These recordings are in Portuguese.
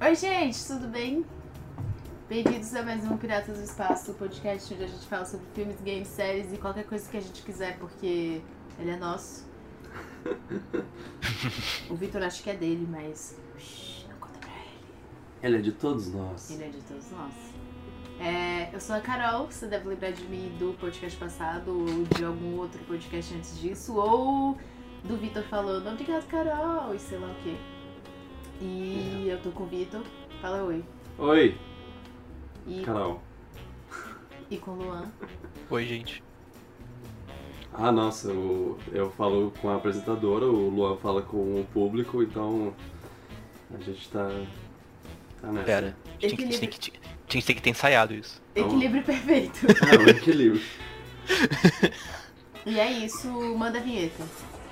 Oi, gente, tudo bem? Bem-vindos a mais um Piratas do Espaço, o podcast onde a gente fala sobre filmes, games, séries e qualquer coisa que a gente quiser, porque ele é nosso. o Vitor acho que é dele, mas. shh, não conta pra ele. Ela é de todos nós. Ele é de todos nós. É, eu sou a Carol, você deve lembrar de mim do podcast passado ou de algum outro podcast antes disso, ou do Vitor falando obrigado, Carol, e sei lá o quê. E eu tô com o Vitor, fala oi. Oi, E, Carol. e com o Luan. Oi, gente. Ah, nossa, eu, eu falo com a apresentadora, o Luan fala com o público, então a gente tá, tá nessa. Pera. A gente tem que- tem que- a gente tem que ter ensaiado isso. Então- Equilíbrio perfeito. É um equilíbrio. E é isso, manda a vinheta.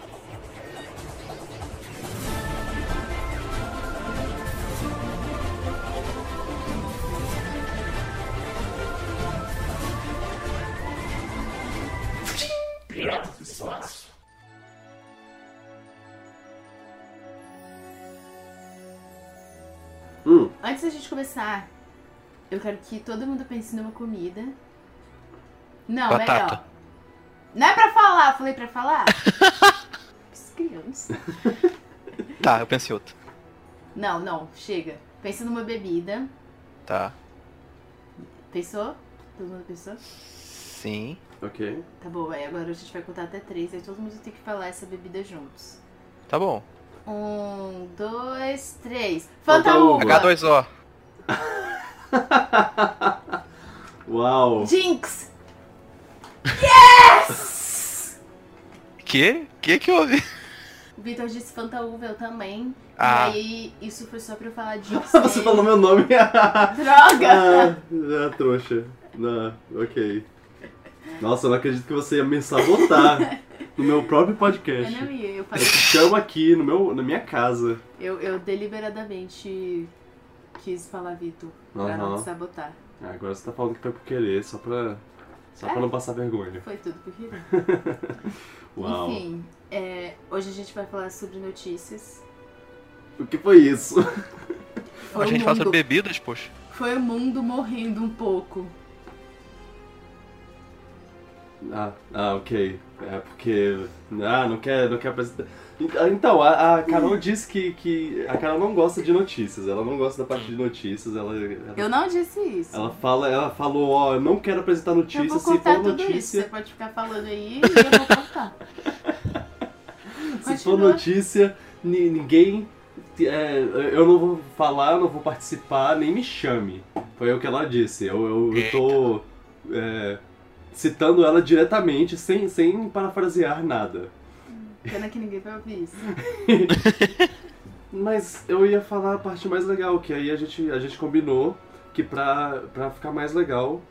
Hum, Antes da gente começar, eu quero que todo mundo pense numa comida. Não, Batata. melhor. Não é pra falar, falei pra falar? As crianças. Tá, eu pensei outro. Não, não, chega. Pensa numa bebida. Tá. Pensou? Todo mundo pensou? Sim. ok. Tá bom, aí agora a gente vai contar até três, aí todo mundo tem que falar essa bebida juntos. Tá bom. Um, dois, três. Fanta Fanta uva. uva. H2O. Uau. Jinx! Yes! Que? Que que houve? O Vitor disse Fanta uva, eu também. Ah. E aí, isso foi só pra eu falar Jinx. Você falou meu nome. ah, Droga! ah, trouxa. Não, ok. Nossa, eu não acredito que você ia me sabotar no meu próprio Eu podcast. não ia, eu Eu falei. te chamo aqui no meu, na minha casa. Eu, eu deliberadamente quis falar Vitor, pra não te Aham. sabotar. Ah, Agora você tá falando que foi por querer, só pra. Só É. pra não passar vergonha. Foi tudo por querer. Uau. Enfim, é, hoje a gente vai falar sobre notícias. O que foi isso? Foi a gente o fala mundo, sobre bebidas, poxa. foi o mundo morrendo um pouco. Ah, ah, ok. É porque. Ah, não quer, não quer apresentar. Ah, Então, a, a Carol disse que, que. A Carol não gosta de notícias. Ela não gosta da parte de notícias. Ela. ela... Eu não disse isso. Ela fala, ela falou, ó, eu não quero apresentar eu notícias, vou se contar for tudo isso. Você notícia, pode ficar falando aí e eu vou contar. se for Continua. notícia, ni- ninguém, é, eu não vou falar, não vou participar, nem me chame. Foi o que ela disse, eu, eu, eu tô é, citando ela diretamente, sem, sem parafrasear nada. Pena que ninguém vai ouvir isso. Mas eu ia falar a parte mais legal, que aí a gente, a gente combinou que pra, pra ficar mais legal,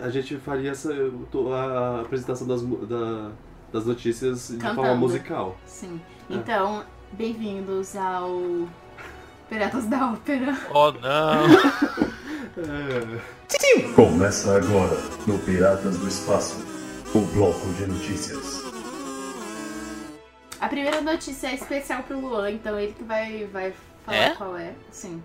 a gente faria essa, a apresentação das, mu- da- das notícias de forma Cantando. musical. Sim. É. Então, bem-vindos ao Piratas da Ópera. Oh, não. É, Começa agora no Piratas do Espaço, o bloco de notícias. A primeira notícia é especial pro Luan, então ele que vai, vai falar É? qual é. Sim.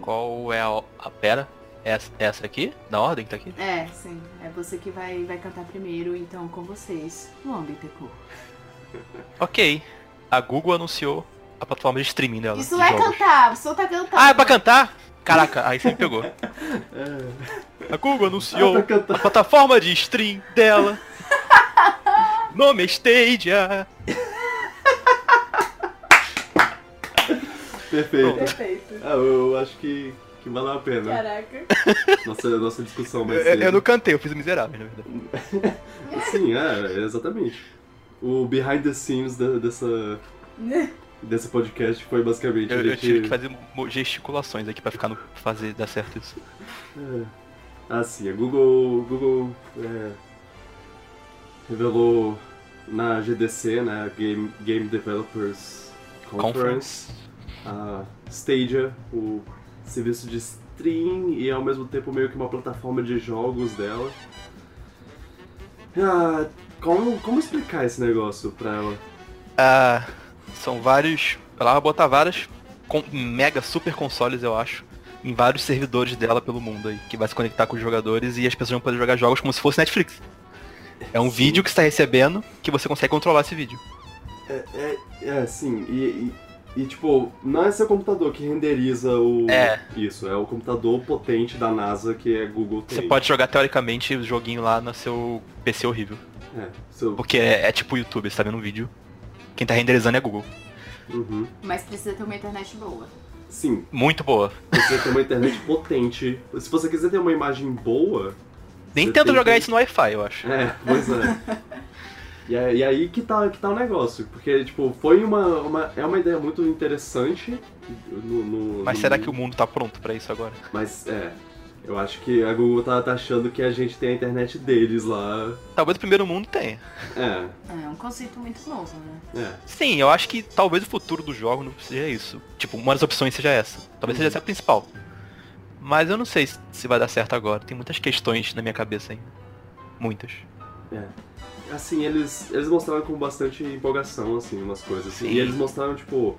Qual é a... a pera? Essa, essa aqui? Na ordem que tá aqui? É, sim. É você que vai, vai cantar primeiro, então com vocês, Luan Bittencourt. Ok. A Google anunciou a plataforma de streaming dela. Isso de é jogos. cantar, você tá cantando. Ah, é pra cantar? Caraca, aí você me pegou. é. A Google Ah, pra anunciou cantar. a plataforma de stream dela. Nome é Stadia. Perfeito. Perfeito. Ah, eu, eu acho que, que valeu a pena. Caraca. Nossa, nossa discussão vai Eu, ser. eu não cantei, eu fiz o miserável, na verdade. Sim, é, exatamente. O behind the scenes da- dessa, desse podcast foi basicamente Eu, a eu gente. tive que fazer mo- gesticulações aqui pra ficar no. fazer dar certo isso. É. Ah, sim, a Google, Google é, revelou na GDC, né, Game, Game Developers Conference, Conference. a Stadia, o serviço de stream e ao mesmo tempo meio que uma plataforma de jogos dela. Ah, como, como explicar esse negócio pra ela? Ah, são vários. Ela vai botar várias com- mega super consoles, eu acho, em vários servidores dela pelo mundo aí, que vai se conectar com os jogadores e as pessoas vão poder jogar jogos como se fosse Netflix. É um vídeo que você tá recebendo que você consegue controlar esse vídeo. É, é, é sim, e, e, e, tipo, não é seu computador que renderiza o. É. Isso, é o computador potente da NASA que é Google tem. Você pode jogar teoricamente o joguinho lá no seu PC horrível. É, seu. Porque é, é tipo o YouTube, você tá vendo um vídeo. Quem tá renderizando é Google. Uhum. Mas precisa ter uma internet boa. Sim, Muito boa. você tem uma internet potente. Se você quiser ter uma imagem boa. Nem Você tenta tem jogar que- isso no Wi-Fi, eu acho. É, pois é. E aí, e aí que, tá, que tá o negócio, porque, tipo, foi uma, uma- é uma ideia muito interessante no... no- Mas no- será que o mundo tá pronto pra isso agora? Mas, é, eu acho que a Google tá, tá achando que a gente tem a internet deles lá, Talvez o primeiro mundo tenha. é, É um conceito muito novo, né? é. Sim, eu acho que talvez o futuro do jogo não seja isso. Tipo, uma das opções seja essa. Talvez Uhum. seja essa a principal. Mas eu não sei se- se vai dar certo agora. Tem muitas questões na minha cabeça ainda. Muitas. Assim, eles, eles mostraram com bastante empolgação, assim, umas coisas. assim. Sim. E eles mostraram, tipo,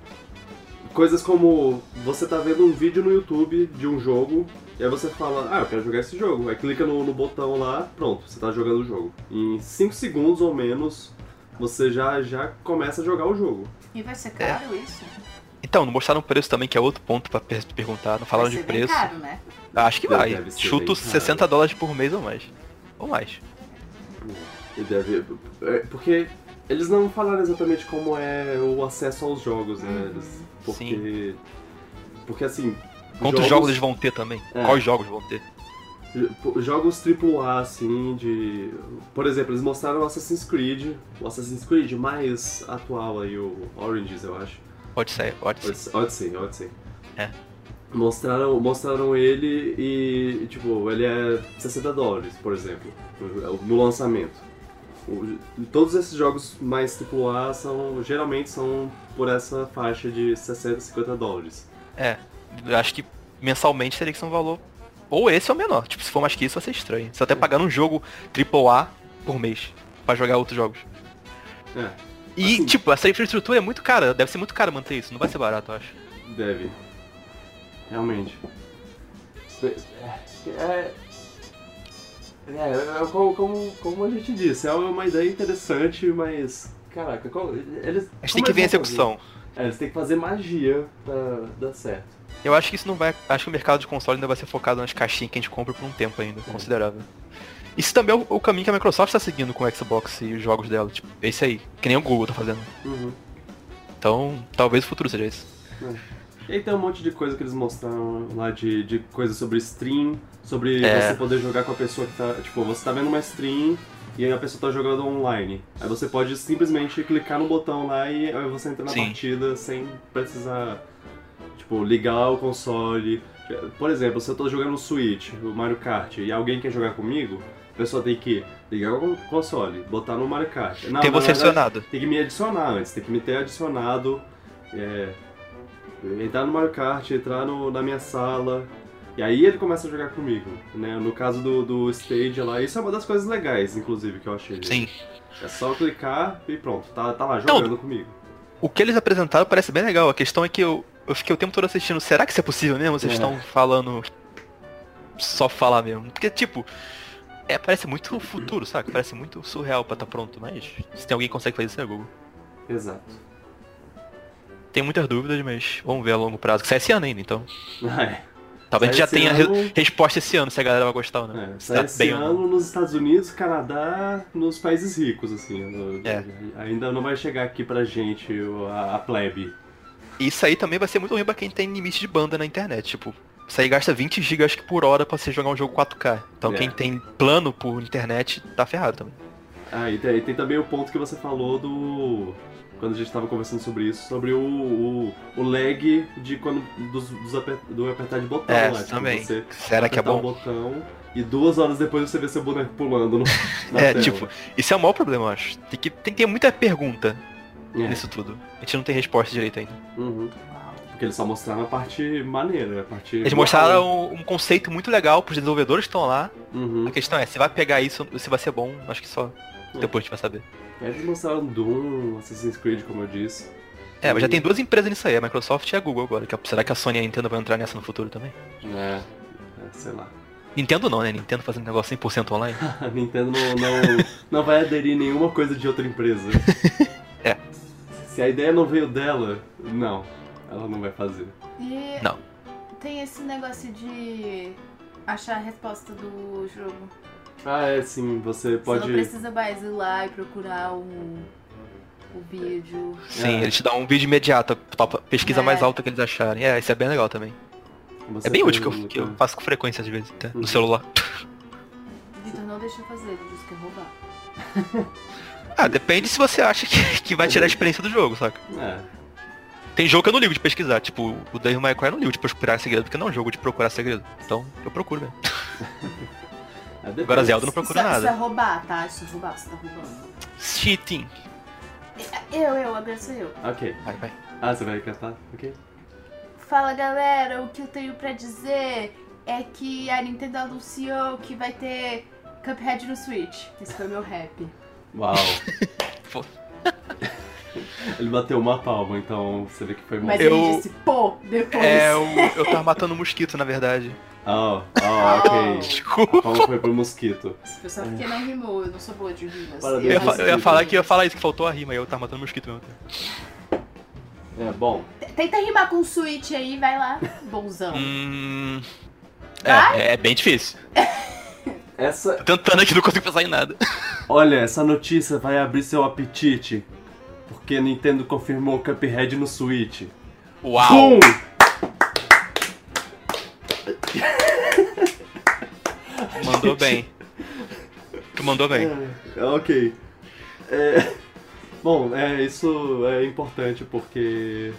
coisas como você tá vendo um vídeo no YouTube de um jogo, e aí você fala, ah, eu quero jogar esse jogo. Aí clica no, no botão lá, pronto, você tá jogando o jogo. Em 5 segundos ou menos, você já, já começa a jogar o jogo. E vai ser É. caro isso? Então, não mostraram o preço também, que é outro ponto pra per- perguntar. Não falaram vai de ser bem preço. caro, né? Acho que vai. Deve ser Chuto bem caro. 60 dólares por mês ou mais. Ou mais. E deve. é, Porque eles não falaram exatamente como é o acesso aos jogos, né? Eles- porque. Porque assim. Quantos jogos eles vão ter também? É. Quais jogos vão ter? Pô, Jogos AAA, assim, de. Por exemplo, eles mostraram o Assassin's Creed, o Assassin's Creed mais atual aí, o Oranges, eu acho. Pode ser, pode ser. Odyssey, Odyssey. Odyssey. É. Mostraram, mostraram ele e, tipo, ele é 60 dólares, por exemplo, no- no lançamento. O- todos esses jogos mais AAA são, geralmente são por essa faixa de 60, 50 dólares. É, eu acho que mensalmente teria que ser um valor. Ou esse ou menor. Tipo, se for mais que isso, vai ser estranho. Você até pagar um jogo AAA por mês pra jogar outros jogos. É, E, Assim. tipo, essa infraestrutura é muito cara. Deve ser muito caro manter isso. Não vai ser barato, eu acho. deve. Realmente. É, é, é como, como, como a gente disse, é uma ideia interessante, mas... Caraca, qual, eles... A como gente tem eles que ver a vão fazer? execução. É, eles têm que fazer magia pra dar certo. Eu acho que isso não vai. Acho que o mercado de console ainda vai ser focado nas caixinhas que a gente compra por um tempo ainda, considerável. Isso também é o, o caminho que a Microsoft está seguindo com o Xbox e os jogos dela. Tipo, esse aí, que nem o Google tá fazendo. Uhum. Então, talvez o futuro seja esse. E aí tem um monte de coisa que eles mostraram lá de, de coisa sobre stream, sobre É. você poder jogar com a pessoa que tá. Tipo, você tá vendo uma stream e aí a pessoa tá jogando online. Aí você pode simplesmente clicar no botão lá e aí você entra na Sim. partida sem precisar, tipo, ligar o console. Por exemplo, se eu tô jogando o Switch, o Mario Kart, e alguém quer jogar comigo, a pessoa tem que ligar o console, botar no Mario Kart. Não, tem na você verdade- acionado. tem que me adicionar antes, tem que me ter adicionado, é, entrar no Mario Kart, entrar no- na minha sala. E aí ele começa a jogar comigo, né? No caso do, do Stage lá, isso é uma das coisas legais, inclusive, que eu achei. dele. Sim. É só clicar e pronto, tá, tá lá Então- jogando comigo. O que eles apresentaram parece bem legal. A questão é que eu, eu fiquei o tempo todo assistindo. Será que isso é possível mesmo? Vocês É. estão falando. Só falar mesmo. Porque, tipo. É, parece muito futuro, saca? Parece muito surreal pra estar pronto, mas. Se tem alguém que consegue fazer isso, é Google. Exato. Tem muitas dúvidas, mas vamos ver a longo prazo. Que sai esse ano ainda, então. Ah, é. Talvez a gente já Sai esse tenha ano- re- resposta esse ano se a galera vai gostar ou não. É, se sai tá esse bem ou não. ano nos Estados Unidos, Canadá, nos países ricos, assim. No- É. Ainda não vai chegar aqui pra gente o- a, a plebe. Isso aí também vai ser muito ruim pra quem tem limite de banda na internet, tipo. Isso aí gasta 20 GB acho que por hora pra você jogar um jogo 4K. Então É. quem tem plano por internet tá ferrado também. Ah, e tem, tem também o ponto que você falou do. Quando a gente tava conversando sobre isso, sobre o, o, o lag de quando. Dos, dos aper- do apertar de botão É, lá. tipo, também. você Será que é apertar um bom? botão e duas horas depois você vê seu boneco pulando no, na É, tela. tipo, isso é o maior problema, eu acho. Tem que, tem que ter muita pergunta É, nisso tudo. A gente não tem resposta direito ainda. uhum. Uau. Porque eles só mostraram a parte maneira, a parte. Eles mostraram um, um conceito muito legal pros desenvolvedores que estão lá. Uhum. A questão é, se vai pegar isso, se vai ser bom, acho que só É. depois a gente vai saber. Eles mostraram Doom, Assassin's Creed, como eu disse. É, mas já tem duas empresas nisso aí, a Microsoft e a Google agora. que a- será que a Sony e a Nintendo vão entrar nessa no futuro também? É, é, sei lá. Nintendo não, né? Nintendo fazendo negócio 100% online. A Nintendo não, não, não vai aderir nenhuma coisa de outra empresa. É. Se a ideia não veio dela, não. Ela não vai fazer. E Não. tem esse negócio de achar a resposta do jogo. Ah, é, sim, você Você pode. não precisa mais ir lá e procurar um, o vídeo. Sim, É. eles te dão um vídeo imediato, tal, pesquisa É. mais alta que eles acharem. É, isso é bem legal também. você é bem tem- um útil, que eu, que eu faço com frequência às vezes, até, Uhum. no celular. Vitor não deixa eu fazer, ele disse que ia roubar. Ah, depende se você acha que, que vai tirar a experiência do jogo, saca? É, Tem jogo que eu não ligo de pesquisar, tipo, o Devil May Cry eu não ligo de procurar segredo, porque não é um jogo de procurar segredo. Então, eu procuro mesmo. é, depende. Agora Zelda isso, não procura Isso é nada. roubar, tá? Isso é roubar, você tá roubando. Cheating. Eu, eu, agora sou eu. Ok. Vai, vai. Ah, você vai cantar? Ok. Fala galera, o que eu tenho pra dizer é que a Nintendo anunciou que vai ter Cuphead no Switch. Esse foi meu rap. Uau. Pô. Ele bateu uma palma, então você vê que foi bom. Mas Eu- ele disse, pô, depois. É, eu, eu tava matando um mosquito, na verdade. Ah, ah, ok. Desculpa. A palma foi pro mosquito. Só porque não rimou, eu não sou boa de rimas. Parabéns. Eu ia, fa- faço- eu ia falar que eu ia falar isso, que faltou a rima, e eu tava matando mosquito mesmo. É, bom. Tenta rimar com Switch aí, vai lá, bonzão. Hum. É, é bem difícil. Essa, Tô tentando aqui, não consigo pensar em nada. Olha, essa notícia vai abrir seu apetite. Porque a Nintendo confirmou o Cuphead no Switch. Uau! Mandou bem. Tu mandou bem. É, ok. É, bom, é, isso é importante porque.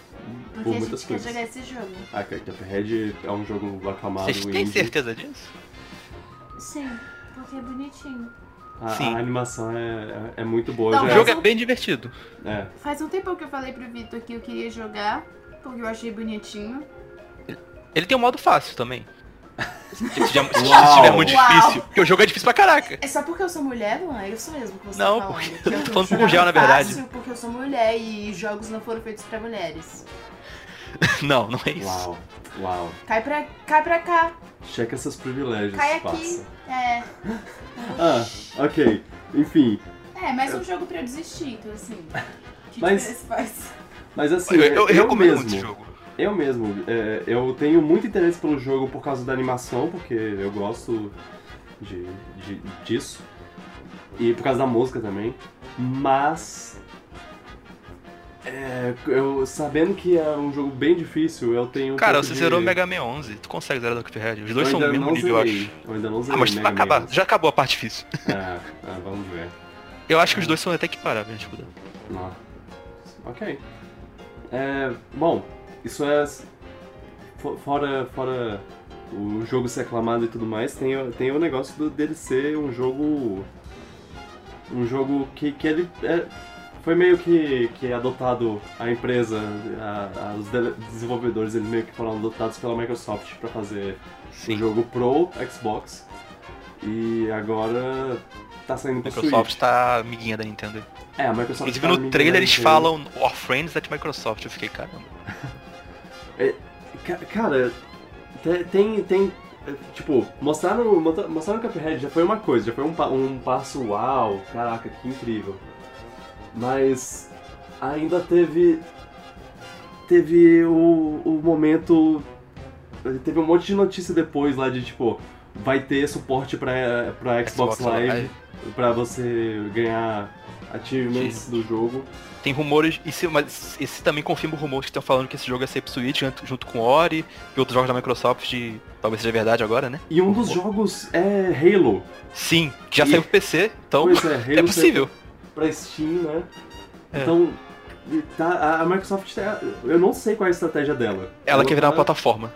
Porque por a muitas gente quer coisas. jogar esse jogo. Ah, Cuphead é um jogo aclamado Vocês têm indie. certeza disso? Sim, porque é bonitinho. A, Sim. a animação é, é, é muito boa. Não, O já- jogo é bem divertido. é, Faz um tempo que eu falei pro Vitor que eu queria jogar, porque eu achei bonitinho. Ele tem um modo fácil também. Se tiver, se Uau. tiver muito Uau. difícil. Porque o jogo é difícil pra caraca. É só porque eu sou mulher, não é? Eu sou mesmo que você Não, tá falando. Que porque eu tô tô falando com jogando gel, na verdade. fácil porque eu sou mulher e jogos não foram feitos pra mulheres. Não, não é isso. uau, uau. Cai pra, cai pra cá. Checa seus privilégios, Cai aqui. passa. É, Ah, ok. Enfim. é mais um jogo pra eu desistir, então assim... Que Mas- diferença faz? Mas assim, Eu, eu- eu recomendo mesmo. muito esse jogo. Eu mesmo, é, eu tenho muito interesse pelo jogo por causa da animação, porque eu gosto de, de- disso. E por causa da música também. Mas. é, eu, sabendo que é um jogo bem difícil, eu tenho. um Cara, pouco você de- zerou o Mega Man 11. Tu consegue zerar do Cuphead? Os Eu dois são ainda o mesmo não nível, eu zerei. acho. Eu ainda não zerei. Ah, mas tu Mega vai Man. acabar. Já acabou a parte difícil. Ah, ah, vamos ver. Eu acho que os dois são até equiparáveis, tipo. Ah, ok. É, bom, isso é. fo- Fora, fora o jogo ser aclamado e tudo mais, tem, o- tem o negócio do, dele ser um jogo. Um jogo que, que ele. é, foi meio que, que adotado a empresa, a- a- os dele- desenvolvedores, eles meio que foram adotados pela Microsoft para fazer um Sim. jogo pro Xbox. E agora tá saindo pro Microsoft tá amiguinha da Nintendo. Switch. É, a Microsoft Inclusive tá no migrando trailer eles pro- falam Our Friends at Microsoft. Eu fiquei, caramba. É, Ca- Cara, te- tem. tem eh, tipo, mostrar no, monta- mostrar no Cuphead já foi uma coisa, já foi um, pa- um passo uau, caraca, que incrível. Mas ainda teve. Teve o, o momento. eh, Teve um monte de notícia depois lá de tipo. Vai ter suporte pra, pra Xbox, Xbox Live, Live. pra você ganhar achievements do jogo. Tem rumores, e se, mas esse também confirma o rumor que estão falando que esse jogo é sair pro Switch junto, junto com Ori e outros jogos da Microsoft, de, talvez seja verdade agora, né? E um dos jogos é Halo. Sim, que já E- saiu pro PC, então Pois é, é Halo saiu possível. pra Steam, né? É. Então, tá, a- a Microsoft, tá- eu não sei qual é a estratégia dela. Ela quer virar uma tá- plataforma.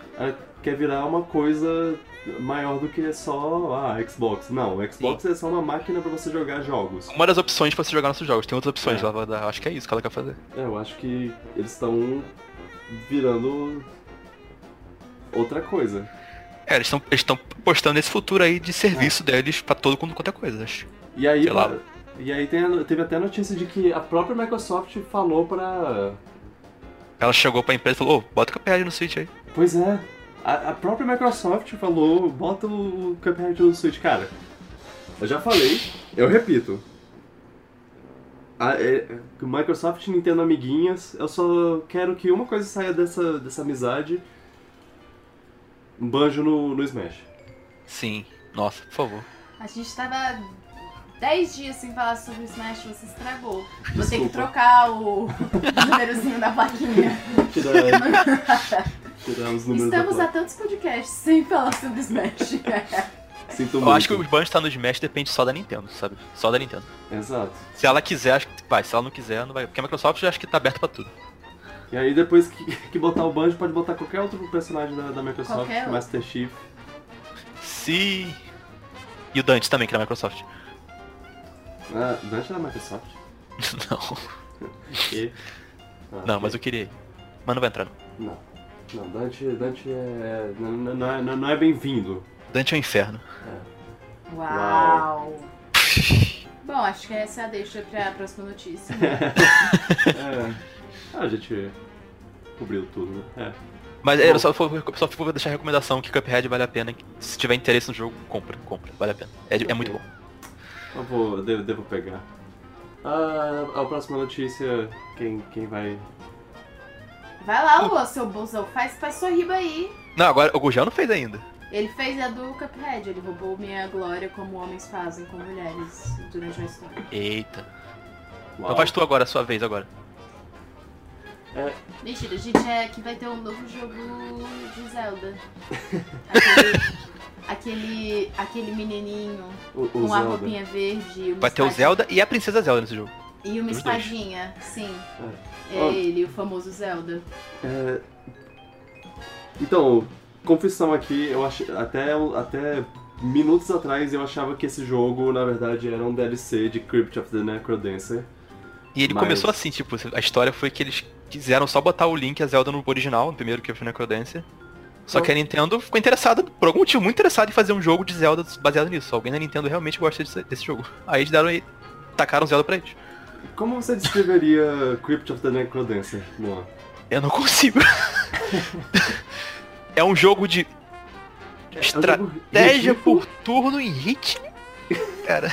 Quer virar uma coisa maior do que é só a Xbox. Não, o Xbox é só uma máquina pra você jogar jogos. Uma das opções pra você jogar nossos jogos, tem outras opções É. lá, da- acho que é isso que ela quer fazer. É, eu acho que eles estão virando outra coisa. É, eles estão eles tão postando esse futuro aí de É. serviço deles pra todo quanto quanto é coisa. acho. E aí, Sei lá. e aí tem a- teve até a notícia de que a própria Microsoft falou pra Ela chegou pra empresa e falou, ô, bota o Cuphead no Switch aí. Pois é. A, a própria Microsoft falou, bota o Cuphead no Switch. Cara, eu já falei, eu repito. A, é, Microsoft e Nintendo amiguinhas, eu só quero que uma coisa saia dessa, dessa amizade. Um banjo no, no Smash. Sim. Nossa, por favor. A gente tava 10 dias sem falar sobre o Smash, você estragou. Vou ter que Desculpa. trocar o o númerozinho da plaquinha. Tirar, tirar os números da Estamos placa. a tantos podcasts sem falar sobre Smash. Sinto Eu muito. acho que o banjo tá no Smash depende só da Nintendo, sabe? Só da Nintendo. Exato. Se ela quiser, acho que vai. Se ela não quiser, não vai. Porque a Microsoft já acho que tá aberta pra tudo. E aí depois que, que botar o banjo, pode botar qualquer outro personagem da, da Microsoft, Qualquer outro. Master Chief. Se. E o Dante também, que é da Microsoft. Ah, Dante é da Microsoft? não, E... Ah, não, ok. mas eu queria. ele. Mas não vai entrar. não. Não. Não, Dante, Dante é. Não, não- não é- não é bem-vindo. Dante é o inferno. Uau! Bom, acho que essa é a deixa pra próxima notícia. né? É. Ah, a gente cobriu tudo, né? É. Mas é, eu só, vou- só vou deixar a recomendação que Cuphead vale a pena. Se tiver interesse no jogo, compra, compra, vale a pena. É, de- é muito bom. Eu vou. eu Devo, devo pegar. Ah, a próxima notícia, quem, quem vai. Vai lá, Lua, seu bonzão, faz pra sua riba aí. Não, agora o Gugel não fez ainda. Ele fez a do Cuphead, ele roubou minha glória como homens fazem com mulheres durante a história. Eita. Uau. Então faz tu agora, a sua vez agora. Mentira, gente, é que vai ter um novo jogo de Zelda. Aquele, aquele, aquele menininho o, o com a Zelda. roupinha verde. uma Vai ter o espada- Zelda e a Princesa Zelda nesse jogo. E uma Os dois. espadinha, sim. É, Ó. ele, o famoso Zelda. É, Então, confissão aqui, eu ach... até, até minutos atrás eu achava que esse jogo, na verdade, era um DLC de Crypt of the Necrodancer. E ele Mas- começou assim, tipo, a história foi que eles quiseram só botar o Link e a Zelda no original, no primeiro que foi na Necrodancer. Então Só que a Nintendo ficou interessada, por algum motivo, muito interessada em fazer um jogo de Zelda baseado nisso. Alguém da Nintendo realmente gosta desse, desse jogo. Aí eles deram e tacaram Zelda pra eles. Como você descreveria Crypt of the Necrodancer, Luan? Eu não consigo. é um jogo de É um Estra- jogo né? estratégia ridículo. por turno em ritmo, cara.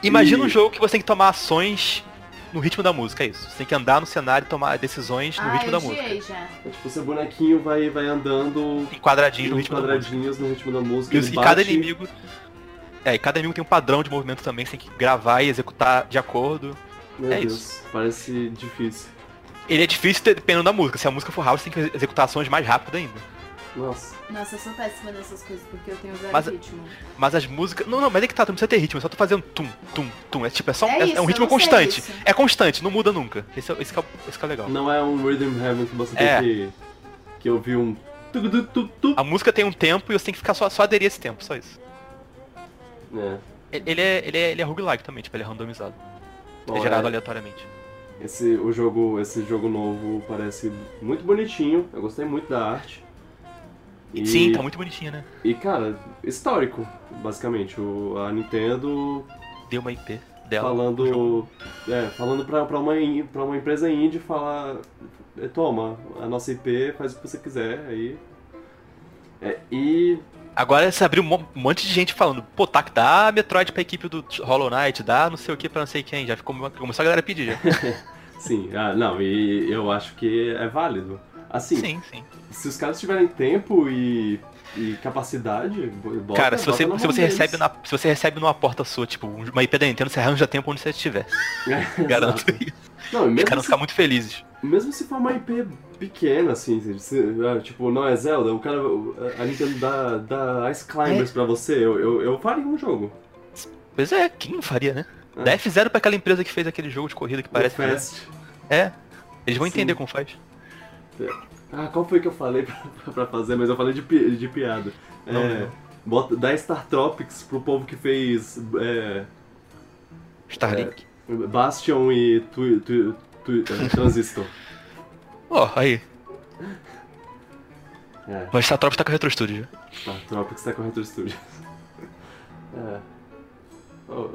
Imagina um E- jogo que você tem que tomar ações no ritmo da música, é isso. Você tem que andar no cenário e tomar decisões no ah, ritmo eu da música. odiei já. É tipo, seu bonequinho vai, vai andando Em quadradinhos no em ritmo da música. quadradinhos no ritmo da música. E, ele os- e cada bate- inimigo. É, e cada inimigo tem um padrão de movimento também, que você tem que gravar e executar de acordo. Meu é Deus, isso. parece difícil. Ele é difícil dependendo da música. Se a música for rápida, você tem que executar ações mais rápido ainda. Nossa. Nossa, eu sou péssima nessas coisas porque eu tenho zero Mas- ritmo. Mas as músicas. Não, não, mas é que tá, tu não precisa ter ritmo, eu só tô fazendo tum, tum, tum. É tipo, é só é, isso, é um ritmo eu não sei constante. isso. É constante, não muda nunca. Esse é, esse que é, o- esse que é o legal. Não é um Rhythm Heaven que você É. tem que. Que eu vi um. tuc, tuc, tuc, tuc. A música tem um tempo e você tem que ficar só, só aderir a esse tempo, só isso. É. Ele ele é, ele é, ele é roguelike também, tipo, ele é randomizado. Bom, é gerado é- aleatoriamente. Esse, o jogo, esse jogo novo parece muito bonitinho, eu gostei muito da arte. E, Sim, tá muito bonitinho, né? E cara, histórico, basicamente. O, a Nintendo Deu uma IP dela. no jogo. falando. É, falando pra, pra, uma, in- pra uma empresa indie falar. "É, Toma, a nossa IP, faz o que você quiser aí. É, e. Agora você abriu um mo- um monte de gente falando, pô, tá, dá Metroid pra equipe do Hollow Knight, dá não sei o que pra não sei quem, já ficou, começou a galera a pedir já. Sim, ah, não, e eu acho que é válido. Assim, sim, sim. se os caras tiverem tempo e, e capacidade, bota, Cara, se você, bota na se, mão você deles. recebe na, se você recebe numa porta sua, tipo, um- uma IP da Nintendo, você arranja tempo onde você estiver. É, Garanto exato. isso. Não, e Os mesmo, caras vão se- ficar muito felizes. mesmo se for uma IP pequena, assim, se- se- ah, tipo, não é Zelda, o cara, a Nintendo dá, dá Ice É. Climbers pra você, eu, eu, eu faria um jogo. Pois é, quem não faria, né? É. Dá F0 pra aquela empresa que fez aquele jogo de corrida que parece. The Fast. É. Eles vão Sim. entender como faz. Ah, qual foi que eu falei pra, pra fazer, mas eu falei de, pi- de piada. É, Não lembro. bota, dá Star Tropics pro povo que fez é, Starlink. Bastion e tu, tu, tu, é, Transistor. Ó, aí. É, Mas Star Tropics tá com a Retro Studio. já. Star Tropics tá com a Retro Studio. É. Oh,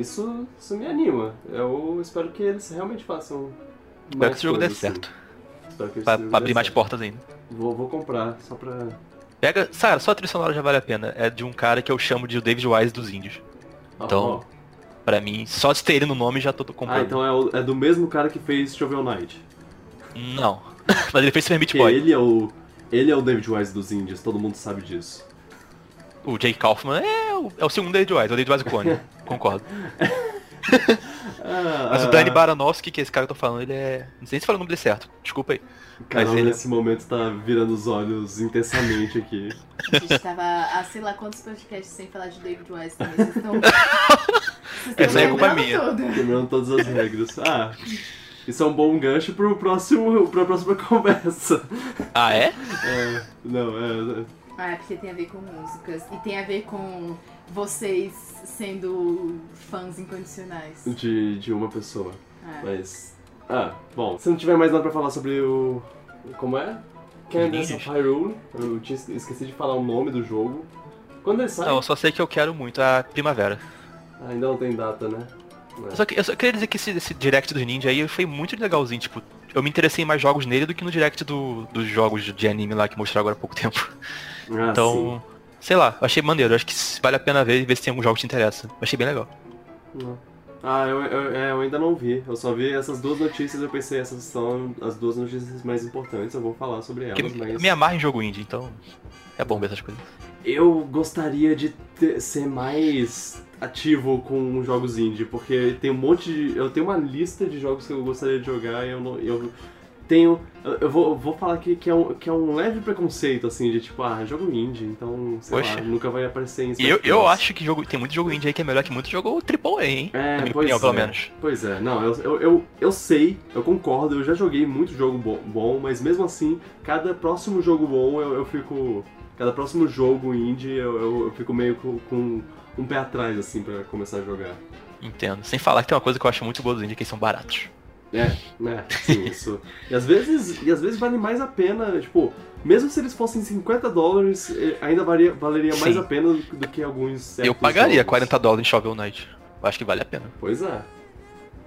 isso, isso me anima. Eu espero que eles realmente façam. Espero mais que esse jogo dê coisas, assim. certo. Só que esse Pra, livro pra é abrir mais sério. portas ainda. Vou, vou comprar, só pra. Pega, Sara, só a trilha sonora já vale a pena. É de um cara que eu chamo de o David Wise dos índios. Ó, Então, ó. Pra mim, só de ter ele no nome já tô comprando. Ah, então é, o- é do mesmo cara que fez Shovel Knight. Não. Mas ele fez Super Meat Que Boy. ele é o. Ele é o David Wise dos índios, todo mundo sabe disso. O Jake Kaufman é o, é o segundo David Wise, é o David Wise clone. Concordo. Ah, Mas ah, o Danny Baranowski, que é esse cara que eu tô falando, ele é... Não sei nem se falei o nome dele certo. Desculpa aí. Carol, mas ele- nesse momento tá virando os olhos intensamente aqui. A gente tava há sei lá quantos podcasts sem falar de David Wise também. Vocês estão. Vocês Essa aí estão é quebrando culpa minha. tudo. Quebrando todas as regras. Ah, isso é um bom gancho pro próximo, pra próxima conversa. Ah, é? É, não, é, é. Ah, é porque tem a ver com músicas. E tem a ver com vocês sendo fãs incondicionais. De, de uma pessoa. É. Mas. Ah, bom. Se não tiver mais nada pra falar sobre o. Como é? Candace of Hyrule. Eu tinha esque- esqueci de falar o nome do jogo. Quando ele sai? Não, eu só sei que eu quero muito a Primavera. Ah, ainda não tem data, né? Eu Só que eu só queria dizer que esse, esse Direct dos Ninja aí foi muito legalzinho, tipo... Eu me interessei em mais jogos nele do que no Direct do- dos jogos de anime lá que mostraram agora há pouco tempo. Ah, Então, sei lá, eu achei maneiro. eu Acho que se- vale a pena ver e ver se tem algum jogo que te interessa. Eu achei bem É legal. Não. Ah, eu, eu, é, eu ainda não vi. Eu só vi essas duas notícias e eu pensei, essas são as duas notícias mais importantes, eu vou falar sobre Porque elas, eu mas. me amarro em jogo indie, então é bom ver essas coisas. Eu gostaria de ter- ser mais ativo com jogos indie, porque tem um monte de. Eu tenho uma lista de jogos que eu gostaria de jogar e eu não. Eu tenho. eu- Eu vou, eu vou falar aqui que é, um, que é um leve preconceito, assim, de tipo, ah, jogo indie, então, sei Poxa. lá, nunca vai aparecer em E eu, Smash eu Bros. acho que jogo, tem muito jogo indie aí que é melhor que muito jogo AAA, hein? É, na minha pois opinião, pelo é. menos. Pois é, não, eu, eu, eu, eu sei, eu concordo, eu já joguei muito jogo bo- bom, mas mesmo assim, cada próximo jogo bom eu, eu fico. Cada próximo jogo indie eu, eu, eu fico meio com, com um pé atrás, assim, pra começar a jogar. Entendo. Sem falar que tem uma coisa que eu acho muito boa dos indie, que eles são baratos. Né, sim, isso. E às vezes, e às vezes vale mais a pena, tipo, mesmo se eles fossem 50 dólares, eh, ainda varia, valeria mais Sim. a pena do, do que alguns certos eu pagaria jogos. 40 dólares em Shovel Knight. Eu acho que vale a pena. Pois é.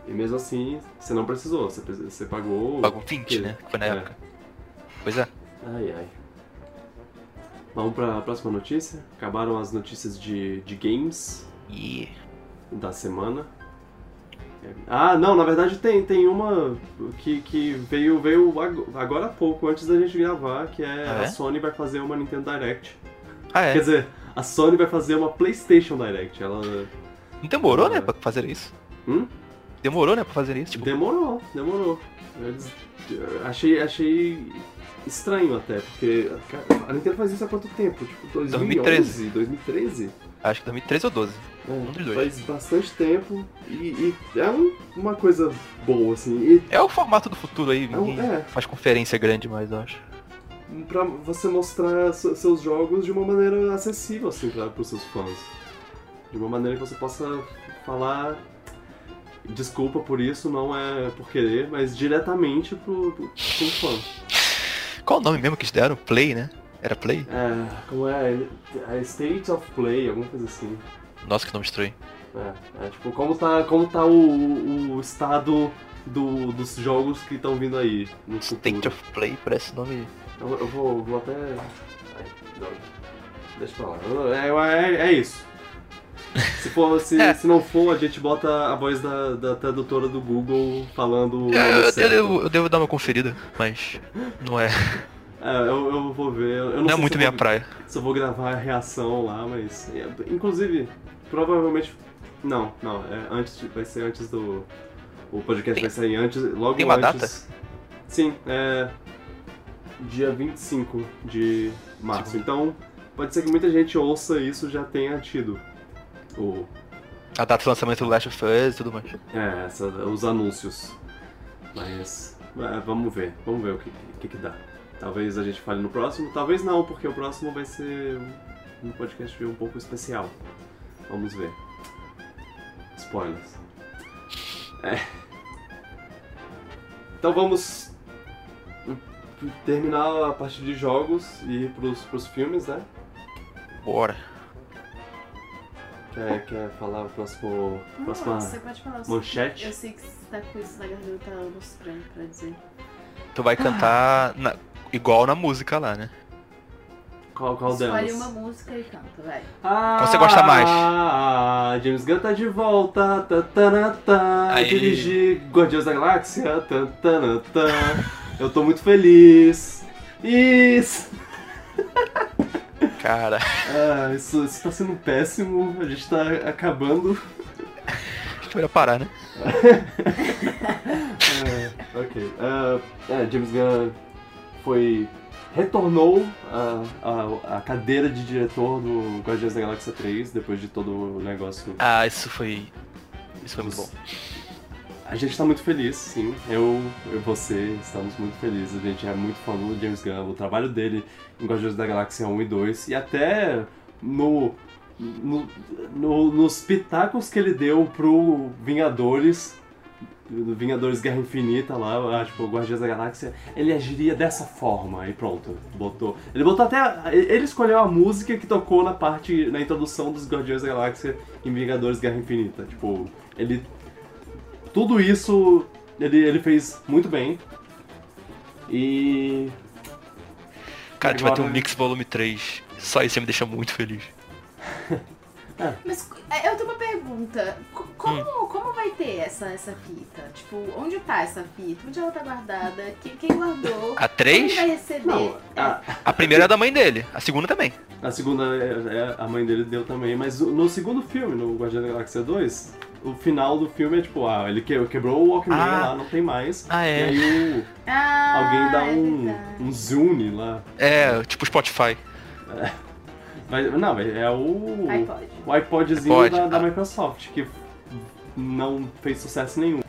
E mesmo assim, você não precisou, você, pre- você pagou. Pagou 20, que- né? Que foi na é. época. Pois é. Ai, ai. Vamos para a próxima notícia. Acabaram as notícias de, de games E. da semana. É, Ah, não, na verdade tem, tem uma que, que veio, veio ago- agora há pouco, antes da gente gravar, que é Ah, é? a Sony vai fazer uma Nintendo Direct. Ah, Quer é. dizer, a Sony vai fazer uma PlayStation Direct. Ela Não demorou, né, Ah. pra fazer isso? Hum? Demorou, né, pra fazer isso? Tipo, demorou, demorou. Eles- achei, achei estranho até, porque cara, a Nintendo faz isso há quanto tempo? Tipo, 2011, 2013. 2013? acho que é 2013 ou 12. Um dos dois. Faz bastante tempo e, e é um- uma coisa boa, assim. E É o formato do futuro aí. é, um- Ninguém é, faz conferência grande mais, eu acho. pra você mostrar se- seus jogos de uma maneira acessível, assim, pra, pros seus fãs. De uma maneira que você possa falar. Desculpa por isso, não é por querer, mas diretamente pro, pro, pro fã. Qual o nome mesmo que eles deram? Play, né? Era Play? É, como é? é State of Play, alguma coisa assim. Nossa, que nome estranho. É, é, tipo, como tá, como tá o, o- o estado do- dos jogos que estão vindo aí no futuro. State of Play parece nome. Eu, eu vou, vou até... Ai, droga. Deixa pra lá. É, é- é isso. Se, for, se, É. se não for, a gente bota a voz da, da tradutora do Google falando o nome É, eu, certo. devo, eu devo dar uma conferida, mas não é, É, eu, eu vou ver. Eu não, não é sei muito se minha eu vou, praia. se eu vou gravar a reação lá, mas... é, inclusive, provavelmente... Não, não. É antes, de- vai ser antes do... O podcast Tem- vai sair antes, logo tem uma antes... Sim, é... Dia 25 de março. Segundo. Então, pode ser que muita gente ouça isso e já tenha tido. O, A data de lançamento do Last of Us e tudo mais. é, essa- os anúncios. Mas, é, vamos ver. Vamos ver o que, o que que dá. Talvez a gente fale no próximo. Talvez não, porque o próximo vai ser um podcast um pouco especial. Vamos ver. Spoilers. É. Então vamos hum, terminar a parte de jogos e ir pros, pros filmes, né? Bora. Quer, quer falar o próximo. Não, Próxima você pode falar. eu sei- manchete? Eu sei que você tá com isso na garganta há anos pra, pra dizer. tu vai cantar na- igual na música lá, né? Qual, qual Escolhe delas? uma música e canta, vai. Ah, Qual você gosta mais? Ah, James Gunn tá de volta. Tá, tá, tá, tá. Aí. Dirigir Guardiões da Galáxia. Tá, tá, tá, tá. Eu tô muito feliz. Isso! Cara, Ah, isso, isso tá sendo péssimo. A gente tá acabando. acho que melhor parar, né? É, ok. Ah, é, James Gunn foi. retornou à a, cadeira de diretor do Guardiões da Galáxia 3 depois de todo o negócio Ah, isso foi. Isso foi muito bom. A gente tá muito feliz, sim. Eu, eu e você estamos muito felizes. A gente é muito fã do James Gunn, o trabalho dele em Guardiões da Galáxia 1 e 2 e até no, no, no- nos pitacos que ele deu pro Vingadores. do Vingadores Guerra Infinita lá, ah, tipo, Guardiões da Galáxia, ele agiria dessa forma e pronto, botou. Ele botou até. a- Ele escolheu a música que tocou na parte, na introdução dos Guardiões da Galáxia em Vingadores Guerra Infinita. Tipo, ele tudo isso ele, ele fez muito bem. E. Cara, a gente vai ter um Agora- Mix Volume 3. Só isso já me deixa muito feliz. Mas é, eu tenho uma pergunta. Co- Como, Hum. como vai ter essa, essa fita? Tipo, onde tá essa fita? Onde ela tá guardada? Quem, quem guardou? A Quem 3? vai receber? Não, a, A primeira é da mãe dele, a segunda também. a segunda é- é- a mãe dele deu também, mas no segundo filme, no Guardião da Galáxia 2, o final do filme é tipo, ah, ele que- quebrou o Walkman Ah. lá, não tem mais. Ah, E é. aí o- Ah, alguém dá é verdade. um, um zoom lá. É, tipo Spotify. Mas, não, mas é o. iPod. O iPodzinho iPod, da, da ah. Microsoft, que não fez sucesso nenhum.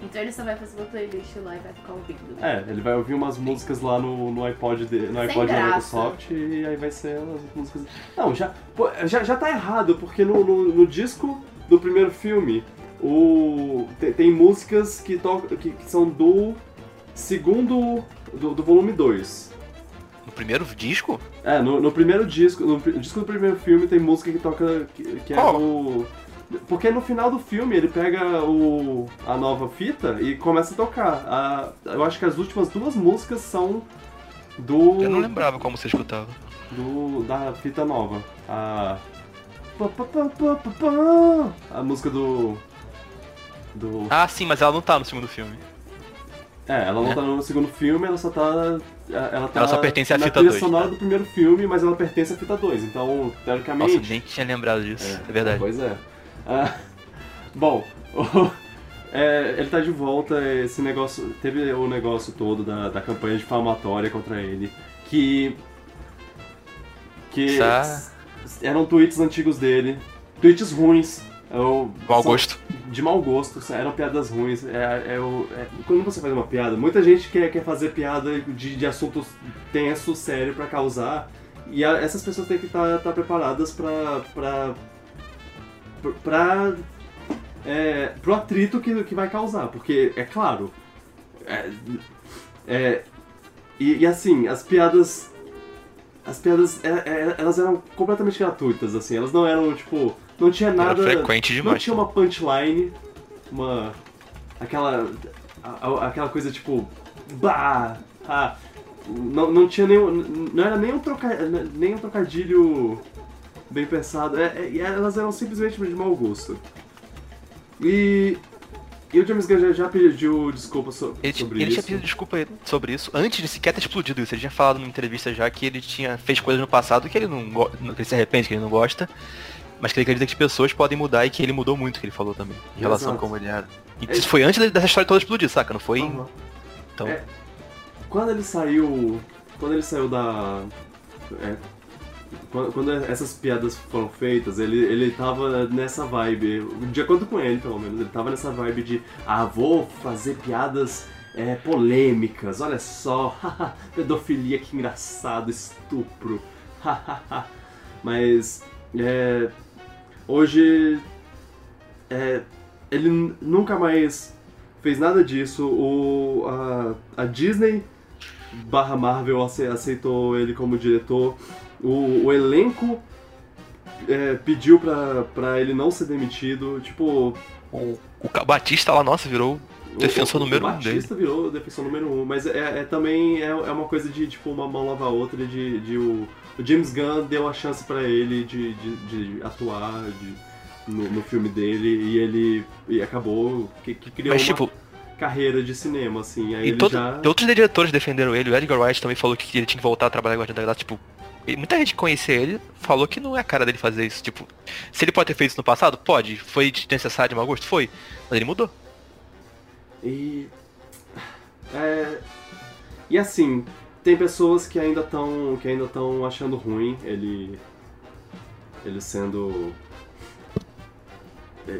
Então ele só vai fazer uma playlist lá e vai ficar ouvindo. né? É, ele vai ouvir umas músicas lá no, no iPod, de, no Sem iPod da graça. Microsoft e aí vai ser as músicas. Não, já, pô, já, já tá errado, porque no, no, no disco do primeiro filme o, tem, tem músicas que, to, que, que são do segundo. do, do volume 2. No primeiro disco? É, no, no primeiro disco, no, pri- disco do primeiro filme tem música que toca. que, que é Qual? do. Porque no final do filme ele pega o, a nova fita e começa a tocar. A- eu acho que as últimas duas músicas são do. Eu não lembrava como você escutava. do da fita nova. A. pá, pá, pá, pá, pá, pá. A música do. Do. Ah, sim, mas ela não tá no segundo filme. É, ela não tá no segundo filme, ela só tá. Ela, tá Ela só pertence à na fita trilha dois, sonora tá? do primeiro filme, mas ela pertence à fita 2. Então, teoricamente. Nossa, eu nem tinha lembrado disso. É, verdade. Pois é. Ah, bom, o- é, ele tá de volta, esse negócio. Teve o negócio todo da, da campanha difamatória contra ele. Que. Que. Tá. s- Eram tweets antigos dele. Tweets ruins. Eu, Mau são- gosto. de mau gosto, sa- eram piadas ruins. É, é o- é- quando você faz uma piada, muita gente quer, quer fazer piada de, de assunto tenso, sério, pra causar. E a- essas pessoas têm que estar preparadas pra. pra. pra. pra é, pro atrito que, que vai causar, porque é claro. É, é, e, e assim, as piadas. As piadas, é- é- elas eram completamente gratuitas, assim, elas não eram, tipo, não tinha Era nada... frequente Não demais. né? tinha uma punchline, uma. aquela. a- a- aquela coisa tipo. Bah! Ah, não, não tinha nenhum. Não era nem um, troca, nem um trocadilho bem pensado. É- é- e elas eram simplesmente de mau gosto. E. E o James Gunn já, já pediu desculpa so- Ele, sobre ele isso. tinha pedido desculpa sobre isso antes de sequer ter explodido isso. Ele tinha falado numa entrevista já que ele tinha fez coisas no passado que ele não go- que ele se arrepende, que ele não gosta, mas que ele acredita que as pessoas podem mudar e que ele mudou muito, que ele falou também. Em relação a Exato. como ele era. E É- isso foi antes de- dessa história toda explodir, saca? Não foi? Aham. Então, É. Quando ele saiu. Quando ele saiu da. é, quando, quando essas piadas foram feitas, ele, ele tava nessa vibe, de acordo com ele pelo menos, ele tava nessa vibe de ah, vou fazer piadas é, polêmicas, olha só, pedofilia que engraçado, estupro, mas é, hoje é, ele n- nunca mais fez nada disso. O, a, a Disney barra Marvel ace- aceitou ele como diretor. O, o elenco é, pediu pra, pra ele não ser demitido. Tipo, o, o Ca- Batista lá, nossa, virou Defensor o- número o um Batista virou defensor número um, mas é, é também é, é uma coisa de, tipo, uma mão lava a outra, de, de o, o James Gunn deu a chance pra ele de, de, de atuar de- no, no filme dele e ele e acabou que, que criou Mas, uma tipo, carreira de cinema, assim. Aí e ele todo, já... outros diretores defenderam ele. O Edgar Wright também falou que ele tinha que voltar a trabalhar com a Guardiã da Galáxia. Tipo, e muita gente que conhecia ele falou que não é a cara dele fazer isso. Tipo, se ele pode ter feito isso no passado, pode. Foi desnecessário de mau gosto? Foi. Mas ele mudou. E. É, e assim, tem pessoas que ainda estão que ainda estão achando ruim ele ele sendo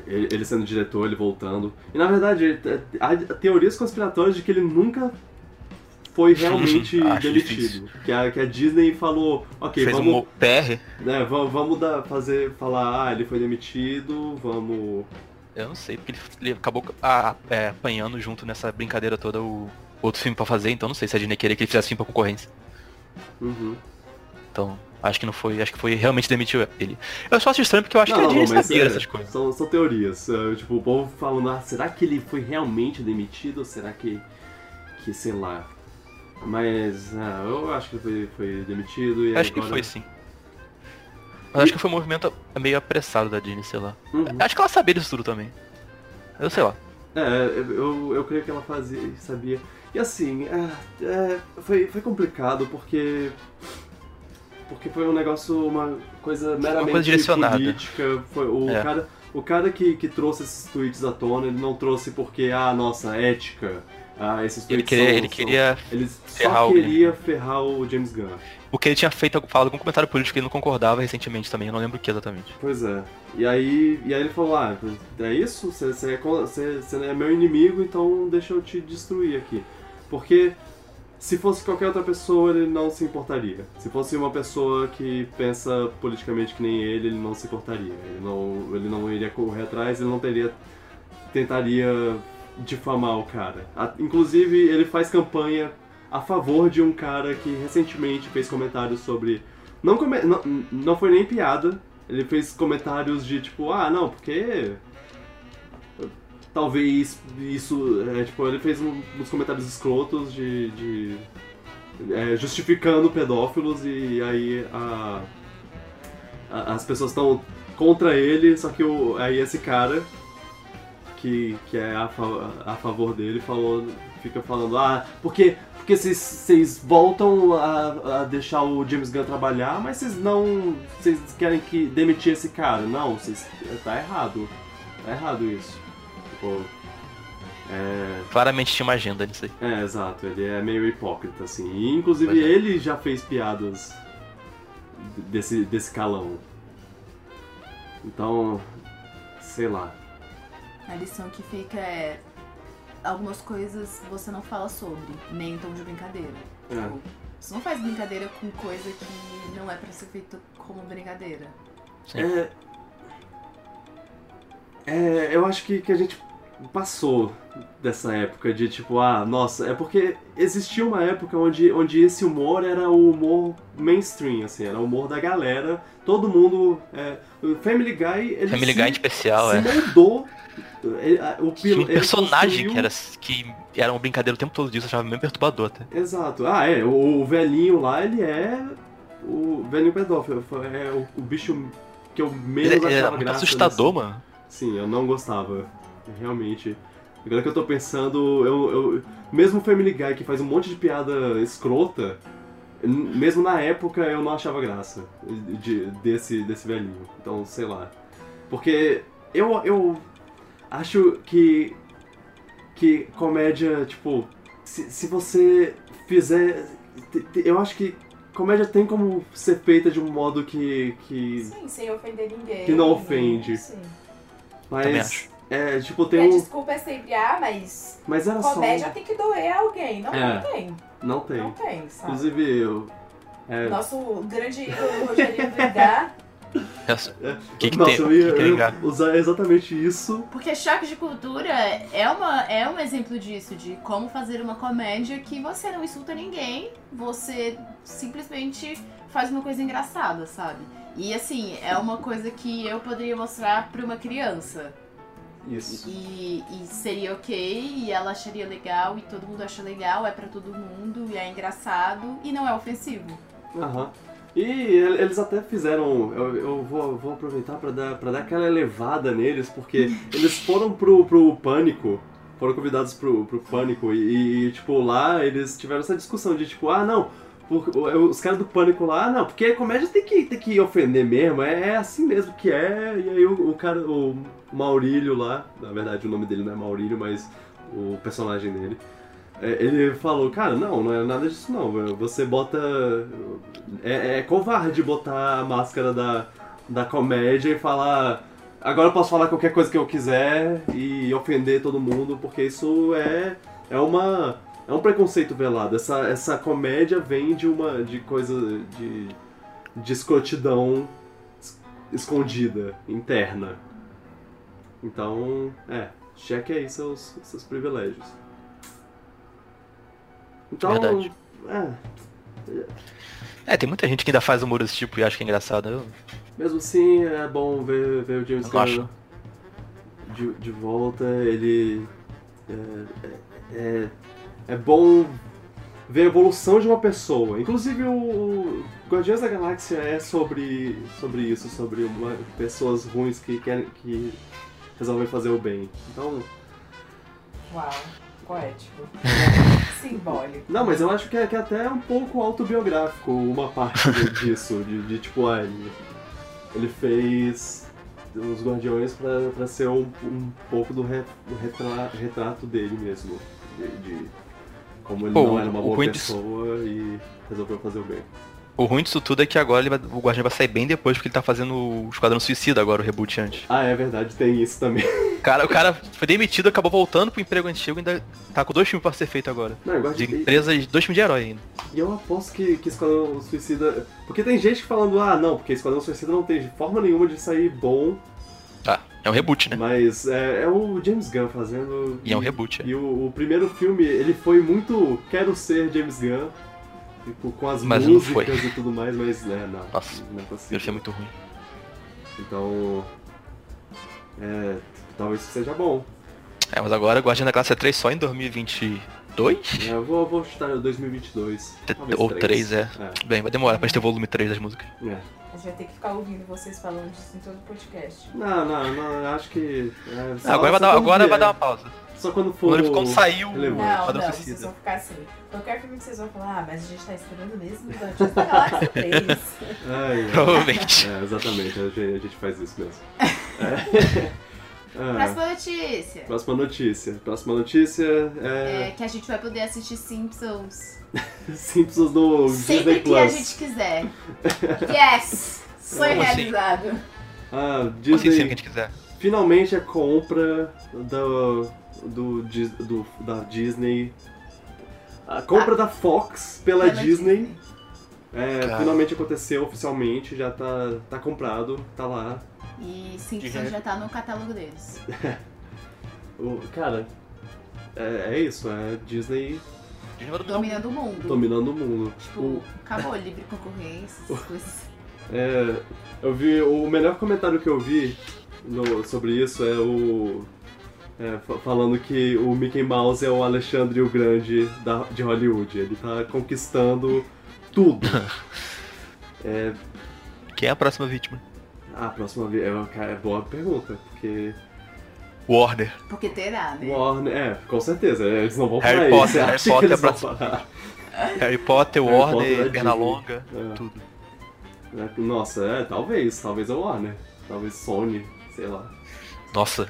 ele ele sendo diretor, ele voltando. E na verdade, é, há teorias conspiratórias de que ele nunca foi realmente Acho demitido. Que a, que a Disney falou, ok, Fez vamos, um PR. né, va- vamos dar, fazer, falar, ah, ele foi demitido, vamos Eu não sei, porque ele, ele acabou a- é, apanhando junto nessa brincadeira toda o outro filme pra fazer, então não sei se a Disney queria que ele fizesse filme pra concorrência. Uhum. Então, acho que não foi, acho que foi realmente demitiu ele. Eu só acho estranho porque eu acho Não, que a não, Disney mas sabia é, essas coisas. São, são teorias. é, tipo, o povo falando, ah, será que ele foi realmente demitido? Ou será que. que sei lá. Mas ah, eu acho que ele foi, foi demitido e acho que agora... foi sim. Mas acho que foi um movimento meio apressado da Disney, sei lá. Uhum. Acho que ela sabia disso tudo também. Eu sei lá. É, eu, eu creio que ela fazia, sabia. E assim, é, é, foi, foi complicado porque. Porque foi um negócio, uma coisa meramente direcionada. política. Foi, o, É. cara, o cara que, que trouxe esses tweets à tona, ele não trouxe porque, ah, nossa, ética. Ah, esses Ele tweets queria, são- ele são- Ele queria. ferrar só o queria ferrar o James Gunn. Porque ele tinha feito falado algum comentário político que ele não concordava recentemente também, eu não lembro o que exatamente. Pois é. E aí, e aí ele falou, ah, é isso? Você- Você é, con- você- você é meu inimigo, então deixa eu te destruir aqui. Porque se fosse qualquer outra pessoa, ele não se importaria. Se fosse uma pessoa que pensa politicamente que nem ele, ele não se importaria. Ele não, ele não iria correr atrás, ele não teria... Tentaria difamar o cara. A- inclusive, ele faz campanha a favor de um cara que recentemente fez comentários sobre... Não, come, não, não foi nem piada, ele fez comentários de tipo, ah, não, porque. Talvez isso. é, tipo, ele fez um- uns comentários escrotos de. de é, justificando pedófilos e aí a, a- as pessoas estão contra ele, só que o, aí esse cara que, que é a, fa- a favor dele falou, fica falando, ah, porque. Porque vocês- vocês voltam a, a deixar o James Gunn trabalhar, mas vocês não. Vocês querem que demitir esse cara. Não, vocês. Tá errado. Tá errado isso. Tipo, Claramente tinha uma agenda nisso aí. é, exato, ele é meio hipócrita, assim. E, inclusive, Pois é. ele já fez piadas d- desse, desse calão. Então, sei lá. A lição que fica é. Algumas coisas você não fala sobre, nem então de brincadeira. É. Tipo, você não faz brincadeira com coisa que não é pra ser feita como brincadeira. É, é, eu acho que, que a gente passou dessa época de tipo, ah, nossa, é porque existia uma época onde, onde esse humor era o humor mainstream, assim, era o humor da galera, todo mundo. É, o Family Guy, ele Family se, Guy em especial, é. se moldou. ele- a- o Tinha pil- um ele personagem construiu- que era, que era uma brincadeira o tempo todo disso, eu achava meio perturbador até. Exato. Ah, é, o, o velhinho lá, ele é o velhinho pedófilo, é o, o bicho que eu menos Ele, ele era achava muito graça, assustador, assim. mano. Sim, eu não gostava. Realmente. Agora que eu tô pensando, eu, eu- mesmo o Family Guy que faz um monte de piada escrota, n- mesmo na época eu não achava graça de- desse, desse velhinho. Então, sei lá. Porque eu, eu acho que, que comédia, tipo, se, se você fizer. te- te- Eu acho que comédia tem como ser feita de um modo que. que Sim, sem ofender ninguém. né? Que não ofende. Sim. Também mas. acho. É, tipo, E tem a um. desculpa é sempre, ah, mas Mas era Tá só. um." comédia tem que doer alguém. Não, É. não tem. Não tem. Não tem, sabe? Inclusive, eu. É. Nosso grande ídolo, Rogerinho Brigá, Essa- O que, que É. Nossa, tem? eu O ia, que que tem, eu ia cara? usar exatamente isso. Porque choque de cultura é, uma, é um exemplo disso, de como fazer uma comédia que você não insulta ninguém, você simplesmente faz uma coisa engraçada, sabe? E assim, é uma coisa que eu poderia mostrar pra uma criança. Isso. E, e seria ok, e ela acharia legal, e todo mundo acha legal, é pra todo mundo, e é engraçado, e não é ofensivo. Aham. E el- eles até fizeram. Eu, eu vou, vou aproveitar pra dar, pra dar aquela elevada neles, porque eles foram pro, pro Pânico. Foram convidados pro, pro Pânico e, e, tipo, lá eles tiveram essa discussão de tipo, ah, não. por- os caras do pânico lá, ah, não, porque comédia tem que, tem que ofender mesmo, é, é assim mesmo que é. E aí o, o cara, o Maurílio lá, na verdade o nome dele não é Maurílio, mas o personagem dele, é, ele falou, cara, não, não é nada disso não, você bota é, é covarde botar a máscara da, da comédia e falar. Agora eu posso falar qualquer coisa que eu quiser e ofender todo mundo, porque isso é, é uma. É um preconceito velado. Essa, essa comédia vem de uma. de coisa. de. de escrotidão es- escondida, interna. Então, é. Cheque aí seus, seus privilégios. Então. Verdade. É. É, tem muita gente que ainda faz humor desse tipo e acha que é engraçado. Eu Mesmo assim, é bom ver, ver o James Eu Gunn acho. de, de volta. Ele. É, é, é bom ver a evolução de uma pessoa. Inclusive, o Guardiões da Galáxia é sobre, sobre isso sobre uma- pessoas ruins que, querem, que resolvem fazer o bem. Então. Uau, poético. Simbólico. Não, mas eu acho que é, que é até um pouco autobiográfico uma parte disso, de, de, tipo, ah, ele, ele fez os Guardiões pra, pra ser um, um pouco do, re- do retra- retrato dele mesmo, de, de como ele Pô, não era uma o boa Quintus- pessoa e resolveu fazer o bem. O ruim disso tudo é que agora ele vai- o Guardião vai sair bem depois, porque ele tá fazendo o Esquadrão Suicida agora, o reboot antes. Ah, é verdade, tem isso também. O cara, o cara foi demitido, acabou voltando pro emprego antigo e ainda tá com dois filmes pra ser feito agora. Não, eu gosto De de- empresas, dois filmes de herói ainda. E eu aposto que, que Esquadrão Suicida. Porque tem gente falando, ah, não, porque Esquadrão Suicida não tem forma nenhuma de sair bom, Tá, é um reboot, né? mas é, é o James Gunn fazendo. E é um reboot, é. E o, o primeiro filme, ele foi muito quero ser James Gunn, tipo, com as Mas não músicas e tudo mais, mas né, não, Nossa, não é possível. Deve ser muito ruim. Então, é, talvez isso seja bom. É, mas agora o Guardião da Galáxia 3 só em 2022? É, eu vou, vou chutar o 2022. T- talvez Ou 3, é. É, Bem, vai demorar pra gente ter o volume 3 das músicas. é. A gente vai ter que ficar ouvindo vocês falando disso em todo o podcast. Não, não, não, eu acho que... é, só- Ah, agora vai só dar, quando agora vai vier. dar um uma pausa. Só quando for... Quando, ele- quando saiu o relevante. Não, Esquadrão não, vocês Suicida. vão ficar assim. Qualquer filme que vocês vão falar, ah, mas a gente tá esperando mesmo Guardiões da Galáxia 3. Ai, ai. Provavelmente. É, exatamente, a gente, a gente faz isso mesmo. É. É. Próxima notícia. Próxima notícia. Próxima notícia é, É que a gente vai poder assistir Simpsons Simpsons no Disney sempre que Plus. a gente quiser. Yes! Sonho Como assim? realizado. Ah, Assim, sempre que Disney a gente quiser. finalmente a compra do, do, Dis- do- da Disney. A compra da Fox pela, Ah. Pela Disney, é, Cara. finalmente aconteceu oficialmente, já tá, tá comprado, tá lá. E Simpsons Já- já tá no catálogo deles. O- cara, é, é isso, é Disney Disney Então, vai dominar o Dominando o mundo. mundo. dominando o mundo. Tipo, acabou livre concorrência, essas coisas. É, eu vi o melhor comentário que eu vi no- sobre isso é o é, fa- falando que o Mickey Mouse é o Alexandre o Grande da- de Hollywood. Ele tá conquistando tudo. Quem é a próxima vítima? Ah, próxima vez é, uma- cara, é boa pergunta porque Warner. Porque terá, né? Warner, é, com certeza eles não vão parar. Harry Potter, Você Harry acha que Potter eles é a vão parar? Harry Potter, Harry Potter da Warner, Disney. Pernalonga, É. tudo. É, Nossa, é, talvez, talvez é o Warner, talvez Sony, sei lá. Nossa,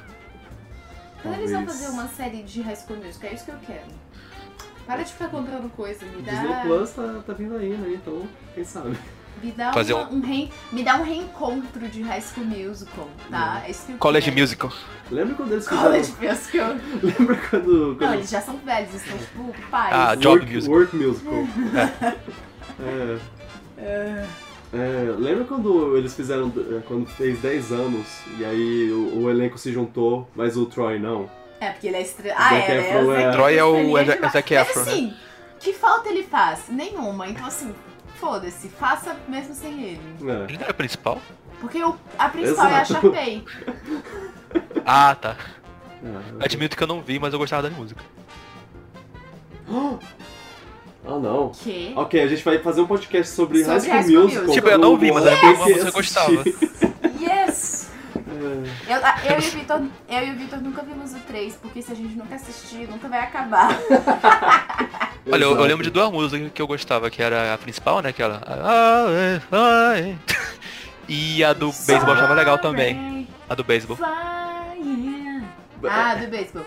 Quando eles vão Talvez. fazer uma série de High School Musical, é isso que eu quero. Para de ficar comprando coisa, me dá, Disney Plus tá, tá vindo aí, né? Então, quem sabe. me dá Fazer uma- um, reen- me dá um reencontro de High School Musical, Uhum. tá? É isso que eu College quero. um Musical. Lembra quando eles fizeram. College Musical. Lembra quando. Não, quando eles já são velhos, eles são tipo pais. Ah, Work- Job Musical. Work Musical. É. É, lembra quando eles fizeram. é, Quando fez 10 anos e aí o, o elenco se juntou, mas o Troy não? É, porque ele é estrela. Ah, Zac é, né? Efron O Zac é- Troy é o ele Zac- demais. Zac Mas Efron, né? assim, que falta ele faz? Nenhuma. Então assim, foda-se, faça mesmo sem ele. É. Ele não era o principal? Porque o- a principal é a Exato. Sharpay. Ah, tá. É. Admito que eu não vi, mas eu gostava da música. Ah, não. Que? Ok, a gente vai fazer um podcast sobre, Sobre High School High School Musical. Musical. Tipo, eu não vi, mas eu era uma música que eu gostava. Yes! É. Eu, a- eu, e o Vitor, eu e o Vitor nunca vimos o 3, porque se a gente nunca assistir, nunca vai acabar. Olha, eu, eu lembro de duas músicas que eu gostava, que era a principal, né? Aquela. E a do beisebol eu achava legal também. A do beisebol. Flying. Ah, do beisebol.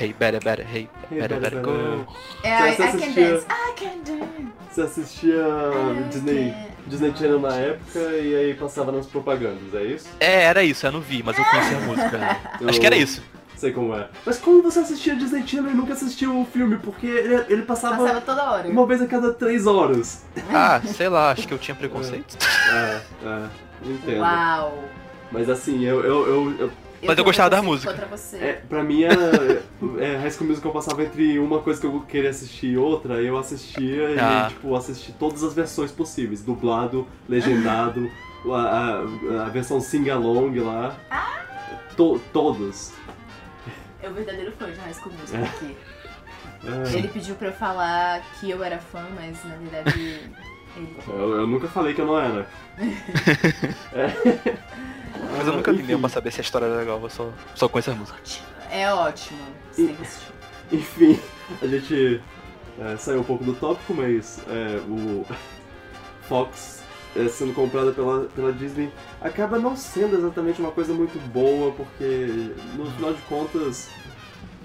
Hey, better, better, hey, Ah. better, better, go. É, I, I Você can assistia- dance. I can dance. Você assistia I Disney, can- Disney Channel na época e aí passava nas propagandas, é isso? É, era isso, eu não vi, mas eu conheci a música. né? Acho que era isso. Sei como é. Mas como você assistia Disney Channel e nunca assistiu o filme? Porque ele, ele passava, Passava toda hora. uma vez a cada três horas. Ah, sei lá, acho que eu tinha preconceito. É, é, entendo. Uau. Mas assim, eu, eu, eu, eu- Mas eu tô gostava da contra- música. Contra você. é, pra mim, é, é, High School Musical passava entre uma coisa que eu queria assistir e outra, eu assistia Ah. e, tipo, assisti todas as versões possíveis. Dublado, legendado, a, a, a versão sing-along lá. Ah. To, todos. É o verdadeiro fã de High School Musical É. aqui. É, Ele pediu pra eu falar que eu era fã, mas na verdade... ele- eu, eu nunca falei que eu não era. É. Mas eu nunca vi Enfim. mesmo pra saber se a história era legal, eu só, só conheço as músicas. É ótimo. Você tem que assistir. Enfim, a gente é, saiu um pouco do tópico, mas é, o Fox é, sendo comprada pela, pela Disney acaba não sendo exatamente uma coisa muito boa, porque no final de contas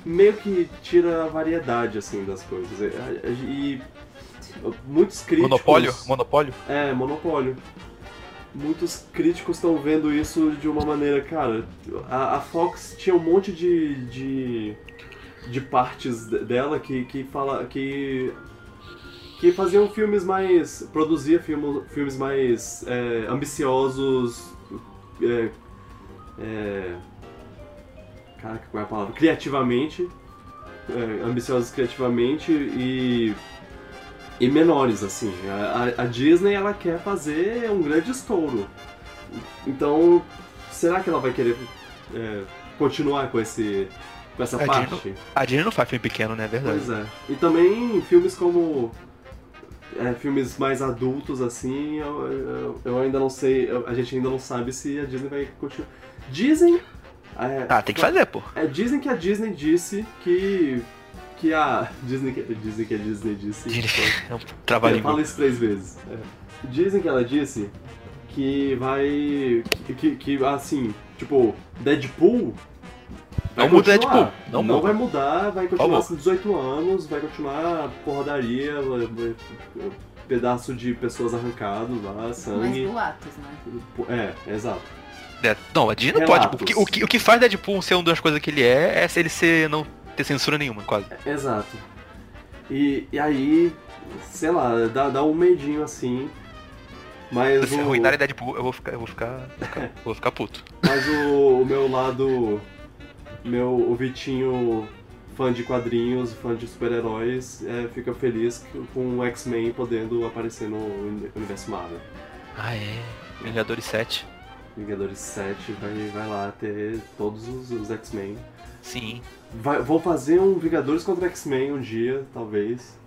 meio que tira a variedade assim das coisas. E, e- e muitos críticos. Monopólio? Monopólio? É, monopólio. Muitos críticos estão vendo isso de uma maneira, cara. A, a Fox tinha um monte de, de, de partes de- dela que, que fala que que faziam filmes mais produzia filmo, filmes mais é, ambiciosos, é, é, caraca, qual é a palavra? Criativamente, é, ambiciosos criativamente e e menores, assim. A, a- a Disney, ela quer fazer um grande estouro. Então, será que ela vai querer é, continuar com, esse, com essa A Disney- parte? A Disney não faz filme pequeno, né? É verdade. Pois é. E também filmes como. é, filmes mais adultos, assim, eu, eu- eu ainda não sei. eu- a gente ainda não sabe se a Disney vai continuar. Dizem. é, Ah, tem que fazer, pô. é, dizem que a Disney disse que. Que a. Disney que, Disney que a Disney disse. Disney. É um Eu trabalhinho. falo isso três vezes. É. Dizem que ela disse que vai. que- Que, que, assim, tipo, Deadpool. vai Não muda continuar. Deadpool, não muda. vai mudar, vai continuar favor. com 18 anos, vai continuar porradaria, vai- vai- pedaço de pessoas arrancados lá, Mas sangue. boatos, né? É, exato. É, não, a Disney não pode. Relatos. Tipo, o, que, o, que, o que faz Deadpool ser uma das coisas que ele é, é se ele ser, não ter censura nenhuma, quase. Exato. E, e aí, sei lá, dá, dá um medinho assim. Mas. Se o- arruinarem Deadpool, eu vou ficar. Eu vou ficar. vou ficar puto. Mas o, o meu lado. Meu, o Vitinho, fã de quadrinhos, fã de super-heróis, é, fica feliz que- com o X-Men podendo aparecer no uni- universo Marvel. Ah, é. Vingadores 7. Vingadores 7 vai, vai lá ter todos os, os X-Men. Sim. Vai- Vou fazer um Vingadores contra X-Men um dia, talvez.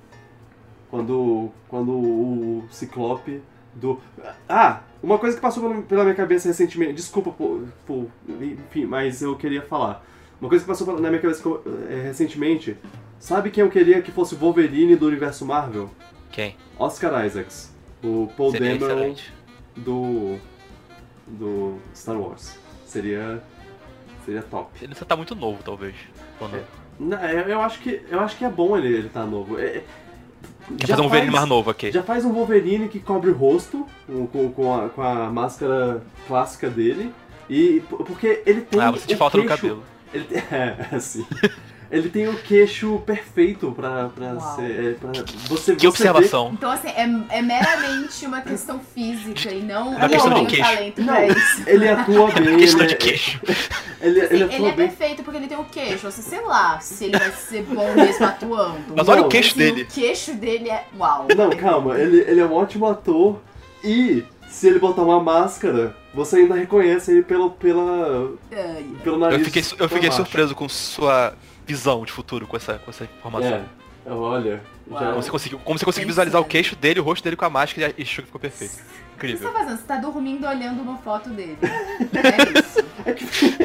Quando, quando o Ciclope do. Ah! Uma coisa que passou pela- pela minha cabeça recentemente. Desculpa por. por- enfim, mas eu queria falar. Uma coisa que passou pela- na minha cabeça co- eh, recentemente. Sabe quem eu queria que fosse o Wolverine do universo Marvel? Quem? Oscar Isaacs. O Paul Seria Dameron excelente. do. do Star Wars. Seria. seria top. Ele só tá muito novo, talvez. Ou não. Não, eu, eu acho que, eu acho que é bom ele estar tá novo. É, é- Quer já fazer um faz- Wolverine mais novo aqui. Já faz um Wolverine que cobre o rosto com, com, com a, com a máscara clássica dele. E p- porque ele tem. Ah, você te o falta no queixo- cabelo. Ele tem, é, assim. ele tem o queixo perfeito pra, pra Uau. ser. é, pra- você, Que você observação. Então, assim, é, é meramente uma questão física e não Uma ele questão tem de um queixo. talento Não. pra isso. vê- ele atua bem. ele, Questão de é- queixo. ele, Assim, ele ele atua é bem. perfeito porque ele tem o queixo. Assim, sei lá se ele vai ser bom mesmo atuando. Mas olha Não. o queixo Assim, dele. O queixo dele é. Uau! Não, calma, ele, ele é um ótimo ator e se ele botar uma máscara, você ainda reconhece ele pelo, pela, Ai, pelo nariz. Eu fiquei, su- eu da fiquei máscara. surpreso com sua visão de futuro com essa, com essa informação. É, olha. Já... Como Então, você conseguiu, como você conseguiu Pensando. visualizar o queixo dele, o rosto dele com a máscara e achou que ficou perfeito. O que você Incrível. tá fazendo? Você tá dormindo olhando uma foto dele. É isso.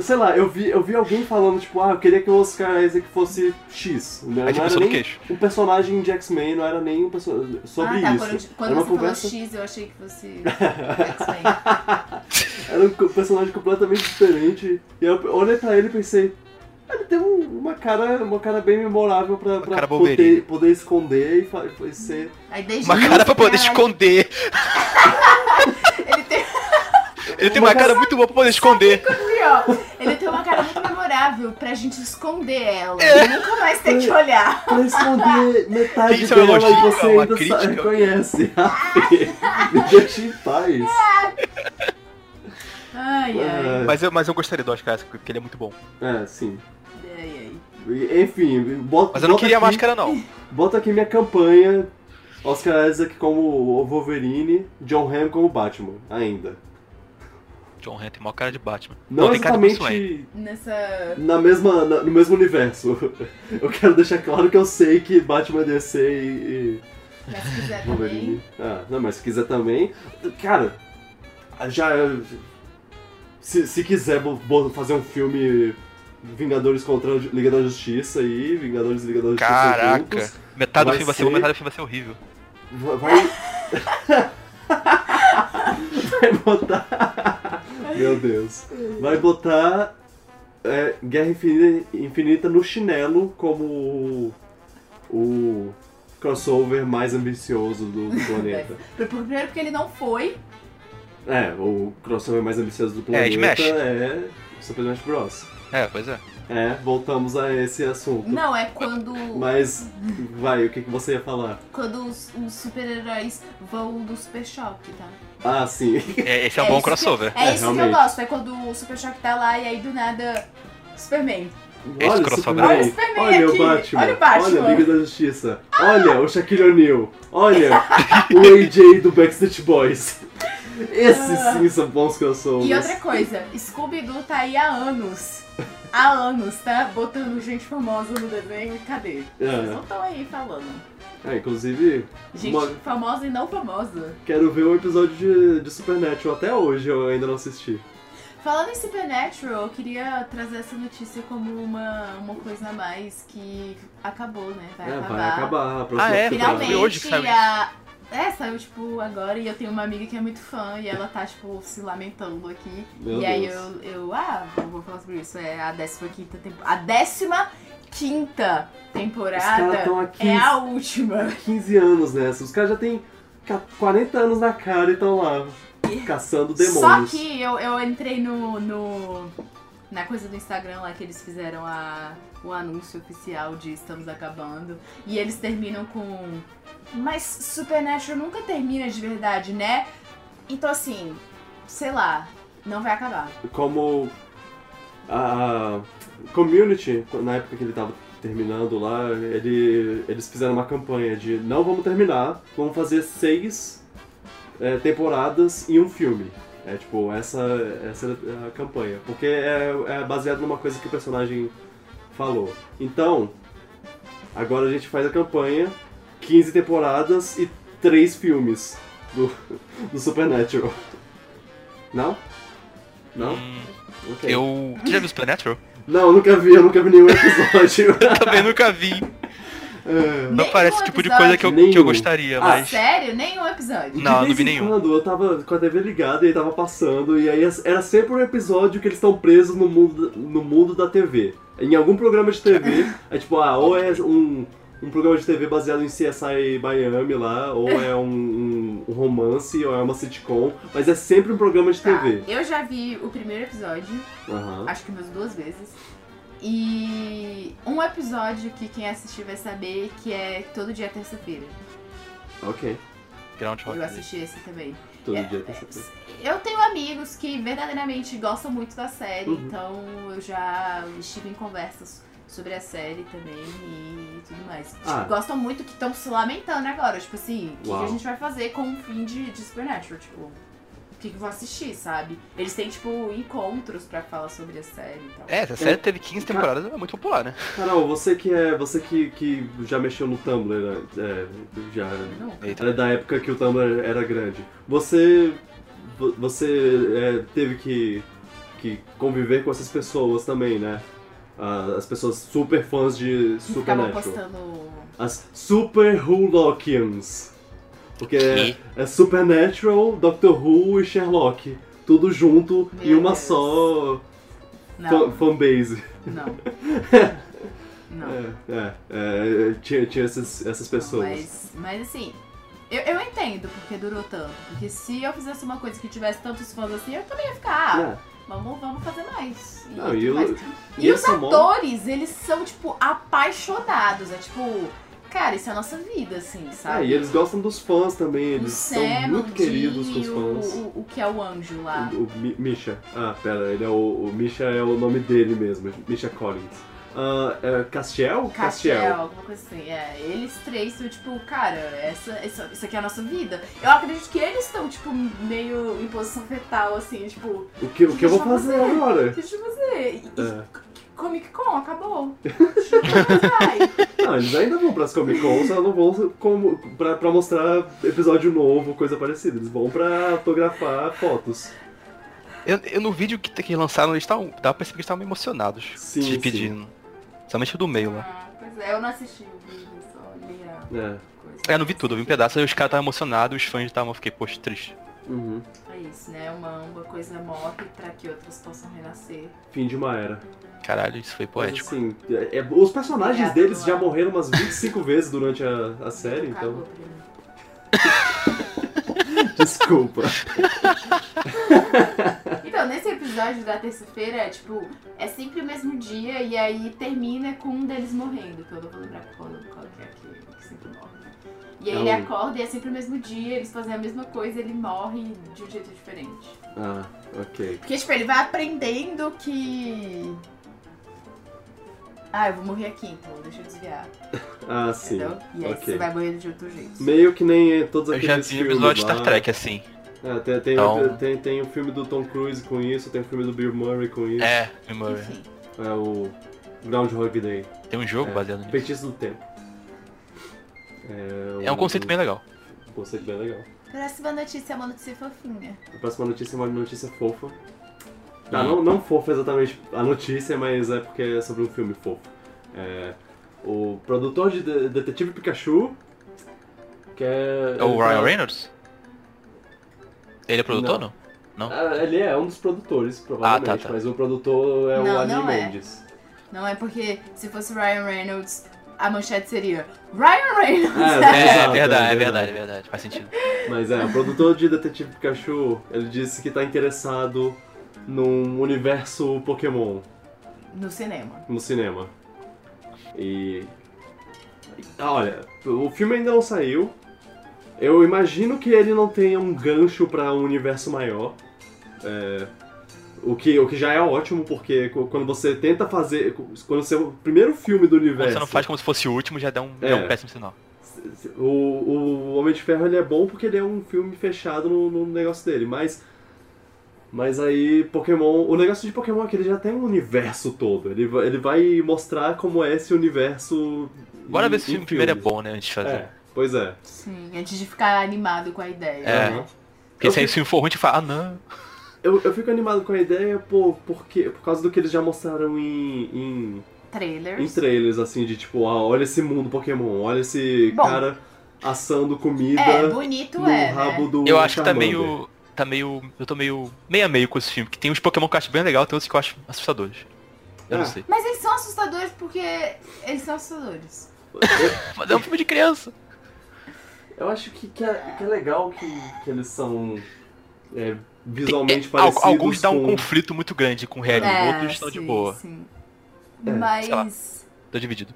Sei lá, eu vi, eu vi alguém falando, tipo, ah, eu queria que o Oscar Isaac fosse X. Né? Aí você Não era pensou no nem queixo. um personagem de X-Men, não era nem um personagem sobre ah, tá. Quando, eu isso. te- quando era uma você conversa. falou X, eu achei que fosse X-Men. Era um co- personagem completamente diferente. E eu olhei pra ele e pensei. "Ah, Ele tem um- uma cara, uma cara bem memorável pra, pra cara poder, Wolverine. poder esconder e fa- e ser. Aí desde Uma então, cara pra poder caralho, esconder. Ele tem, Ele tem uma cara muito boa pra poder esconder. ó, ele tem uma cara muito memorável pra gente esconder ela. É. E nunca mais ter que olhar. Pra esconder metade Isso é um dela e elogio? você É uma ainda sa- crítica? reconhece. Me deixa em paz. Ai, ai. Mas eu, mas eu gostaria do Oscar, porque ele é muito bom. É, sim. ai, ai. E- Enfim, bota, Mas eu não bota queria a aqui, máscara, não. Bota aqui minha campanha. Oscar Isaac como o Wolverine, John Hamm como Batman, ainda. John Hamm tem maior cara de Batman. Não, tem cara de Bruce Wayne. exatamente Nessa. na mesma, na- no mesmo universo. Eu quero deixar claro que eu sei que Batman é DC e, Mas se quiser e também. Wolverine. Ah, não, mas se quiser também. Cara, já. Se, se quiser bo- bo- fazer um filme Vingadores contra a Ju- Liga da Justiça aí, Vingadores e Liga da Justiça. Caraca. juntos, Metade do Vai filme vai ser bom, ser- metade do filme vai ser horrível. va- vai. vai botar. Meu Deus. Vai botar. é, Guerra Infini- Infinita no chinelo como o- o crossover mais ambicioso do, do planeta. Primeiro porque ele não foi. É, o crossover mais ambicioso do planeta É, Smash. é Super Smash Bros. É, pois é. É, voltamos a esse assunto. Não, é quando. Mas, vai, o que, que você ia falar? Quando os, os super-heróis vão do Super Choque, tá? Ah, sim. É, Esse é um É, bom isso que- crossover. É, É, isso que eu realmente. gosto, é quando o Super Choque tá lá e aí do nada. Superman. Esse Olha o crossover Superman. é bom. Olha o Superman Olha aqui. o Batman. Olha o Batman. Olha a Liga da Justiça. Olha o Shaquille O'Neal. Olha o AJ do Backstreet Boys. Esses Ah. sim são bons crossovers. E outra coisa, Scooby-Doo tá aí há anos. Há anos, tá? Botando gente famosa no desenho e cadê? Vocês não estão aí falando. É, inclusive, Gente Uma- famosa e não famosa. quero ver o episódio de, de Supernatural. Até hoje eu ainda não assisti. Falando em Supernatural, eu queria trazer essa notícia como uma, uma coisa a mais que acabou, né? Vai é, acabar. vai acabar a próxima Ah, é? temporada. Finalmente, Foi hoje que saiu isso. a... É, saiu, tipo, agora, e eu tenho uma amiga que é muito fã, e ela tá, tipo, se lamentando aqui. Meu e aí Deus. eu, eu, ah, vou, vou falar sobre isso, é a 15 temporada. A 15 Os caras temporada estão aqui é a última. 15 anos nessa. Os caras já têm ca- 40 anos na cara e estão lá caçando Só demônios. que eu, eu entrei no, no... Na coisa do Instagram lá que eles fizeram a, o anúncio oficial de Estamos Acabando. E eles terminam com... Mas Supernatural nunca termina de verdade, né? Então assim, sei lá, não vai acabar. Como a community, na época que ele tava terminando lá, ele, eles fizeram uma campanha de não vamos terminar, vamos fazer seis é, temporadas e um filme. É tipo, essa, essa era a campanha. Porque é, é baseado numa coisa que o personagem falou. Então, agora a gente faz a campanha, 15 temporadas e três filmes do, do Supernatural. Não? Não? Hum, Ok. eu. Você já viu Supernatural? Não, nunca vi, eu nunca vi nenhum episódio. Também nunca vi. É. Não Nenhum parece o tipo de episódio. coisa que eu, Nenhum. que eu gostaria, Ah, mas. um Sério? Nenhum episódio. De Não, vez não vi em nenhum. Quando eu tava com a TV ligada e aí tava passando, e aí era sempre um episódio que eles estão presos no mundo, no mundo da TV. Em algum programa de TV, é tipo, ah, ou é um, um programa de TV baseado em CSI Miami lá, ou é um, um- um romance, ou é uma sitcom, mas é sempre um programa de Tá, TV. eu já vi o primeiro episódio, Tá. Aham. acho que umas duas vezes. E um episódio que quem assistir vai saber que é todo dia terça-feira. Ok. Groundhog. Ah. Eu assisti esse também. Todo É, dia tem essa Eu tenho amigos que verdadeiramente gostam muito da série, Uhum. então eu já estive em conversas sobre a série também e tudo mais. Ah. Tipo, gostam muito que estão se lamentando agora. Tipo assim, o que que, Uau. a gente vai fazer com o fim de, de Supernatural? Tipo, o que, que eu vou assistir, sabe? Eles têm, tipo, encontros pra falar sobre a série e tal. É, essa série teve 15 Ca- temporadas, é muito popular, né? Carol, você que é. Você que, que já mexeu no Tumblr, né? É, já. Não. Eita. Era da época que o Tumblr era grande. Você. vo- Você é, teve que, que conviver com essas pessoas também, né? Ah, As pessoas super fãs de Que Ficavam Supernatural. postando. As Super Hulockians. Porque é, é Supernatural, Doctor Who e Sherlock. Tudo junto em Meu uma Deus. só Não, fa- fanbase. não. Não. É, é, é, tinha, tinha essas, essas pessoas. Mas, mas assim, eu, eu entendo porque durou tanto. Porque se eu fizesse uma coisa que tivesse tantos fãs assim, eu também ia ficar, ah, É. vamos, vamos fazer mais. E, Não, tudo e o- mais. e E eles os são é mó- atores, eles são, tipo, apaixonados. É tipo, cara, isso é a nossa vida, assim, Ah, sabe? e eles gostam dos fãs também, o eles são Sam, muito o queridos Dee, com os fãs. O, o, o que é o anjo lá. O, o Mi- Misha. Ah, pera, ele é o, o Misha é o nome dele mesmo, Misha Collins. Ah, é Castiel? Castiel, alguma coisa assim. É, eles três são tipo, cara, essa, essa- isso aqui é a nossa vida. Eu acredito que eles estão, tipo, meio em posição fetal, assim, tipo, O que, o que eu vou Deixa eu fazer fazer. agora? deixa eu fazer. E, e É. Comic Con, acabou. Vai. Não, Ah, eles ainda vão pras Comic Con, só não vão como, pra, pra mostrar episódio novo, coisa parecida. Eles vão pra autografar fotos. Eu, eu no vídeo que, que lançaram, eles estavam. Dá pra perceber que eles estavam emocionados. Sim, te sim. pedindo. Somente o do meio lá. Ah, pois é, eu não assisti o vídeo, só li a É. coisa. É, eu não vi tudo, eu vi um pedaço e os caras estavam emocionados, os fãs estavam, eu fiquei, poxa, triste. Uhum. É isso, né? Uma, uma coisa morre pra que outras possam renascer. Fim de uma era. Caralho, isso foi Mas, poético. assim, é- é- os personagens Obrigada, deles já Luan. morreram umas 25 vezes durante a, a série, então. Acabou pra mim. Desculpa. Então, nesse episódio da terça-feira, tipo, é sempre o mesmo dia e aí termina com um deles morrendo, que eu não vou lembrar qual, qual que é que, que sempre morre, né? E aí É ele o- acorda e é sempre o mesmo dia, eles fazem a mesma coisa, ele morre de um jeito diferente. Ah, ok. Porque, tipo, ele vai aprendendo que. Ah, eu vou morrer aqui, então deixa eu desviar. Ah, sim. entendeu? E aí ok. você vai morrer de outro jeito. Meio que nem todos Eu aqueles já vi filmes episódio de lá. Star Trek, assim. É, tem, tem, Então- tem, tem o filme do Tom Cruise com isso, tem o filme do Bill Murray com isso. É, Bill Murray. Enfim. É o Groundhog Day. Tem um jogo É. baseado nisso. Feitiço do Tempo. É, É um conceito bem legal. Um conceito bem legal. Próxima notícia é uma notícia fofinha. A próxima notícia é uma notícia Hum. fofa. Tá, não, não fofa exatamente a notícia, mas é porque é sobre um filme fofo. É, o produtor de De- Detetive Pikachu, que é... É o ele Ryan tá- Reynolds? Ele é produtor, não? Ah, ele é um dos produtores, provavelmente, Ah, tá, tá. mas o produtor é o Não, Andy não é. Mendes. Não é porque se fosse Ryan Reynolds, a manchete seria Ryan Reynolds. É, É, exato, é verdade, é verdade, é verdade. Faz sentido. Mas é, o produtor de Detetive Pikachu, ele disse que tá interessado num universo Pokémon No cinema. no cinema. E. Ah, Olha, o filme ainda não saiu. Eu imagino que ele não tenha um gancho pra um universo maior. É, O que, o que já é ótimo, porque co- quando você tenta fazer. Quando você é o primeiro filme do Quando universo. você não faz como se fosse o último, já dá um, já é um É. péssimo sinal. O, o Homem de Ferro ele é bom porque ele é um filme fechado no, no negócio dele, mas. Mas aí, Pokémon. O negócio de Pokémon é que ele já tem um universo todo. Ele, va- ele vai mostrar como é esse universo. Bora em- ver se o em filme primeiro é filmes. bom, né? Antes de fazer. É, pois é. Sim, antes de ficar animado com a ideia. É. né? Porque se aí o filme for ruim, a gente fala, ah não. Eu, eu fico animado com a ideia por, porque, por causa do que eles já mostraram em, em, em Trailers. trailers, assim, de tipo, ah, olha esse mundo Pokémon, olha esse Bom. cara assando comida É, bonito no é. rabo Né? do. Eu acho que tá Charmander. meio. Tá meio. Eu tô meio. meio a meio com esse filme. Que tem uns Pokémon que eu acho bem legal, tem outros que eu acho assustadores. Eu Ah. não sei. Mas eles são assustadores porque eles são assustadores. Mas é um filme de criança. Eu acho que, que, é, que é legal que, que eles são é, Tem- visualmente é, al- parecidos. alguns dá um com... conflito muito grande com o realismo, É, outros estão de sim, boa. Sim. É, sei lá. Mas. Tô dividido.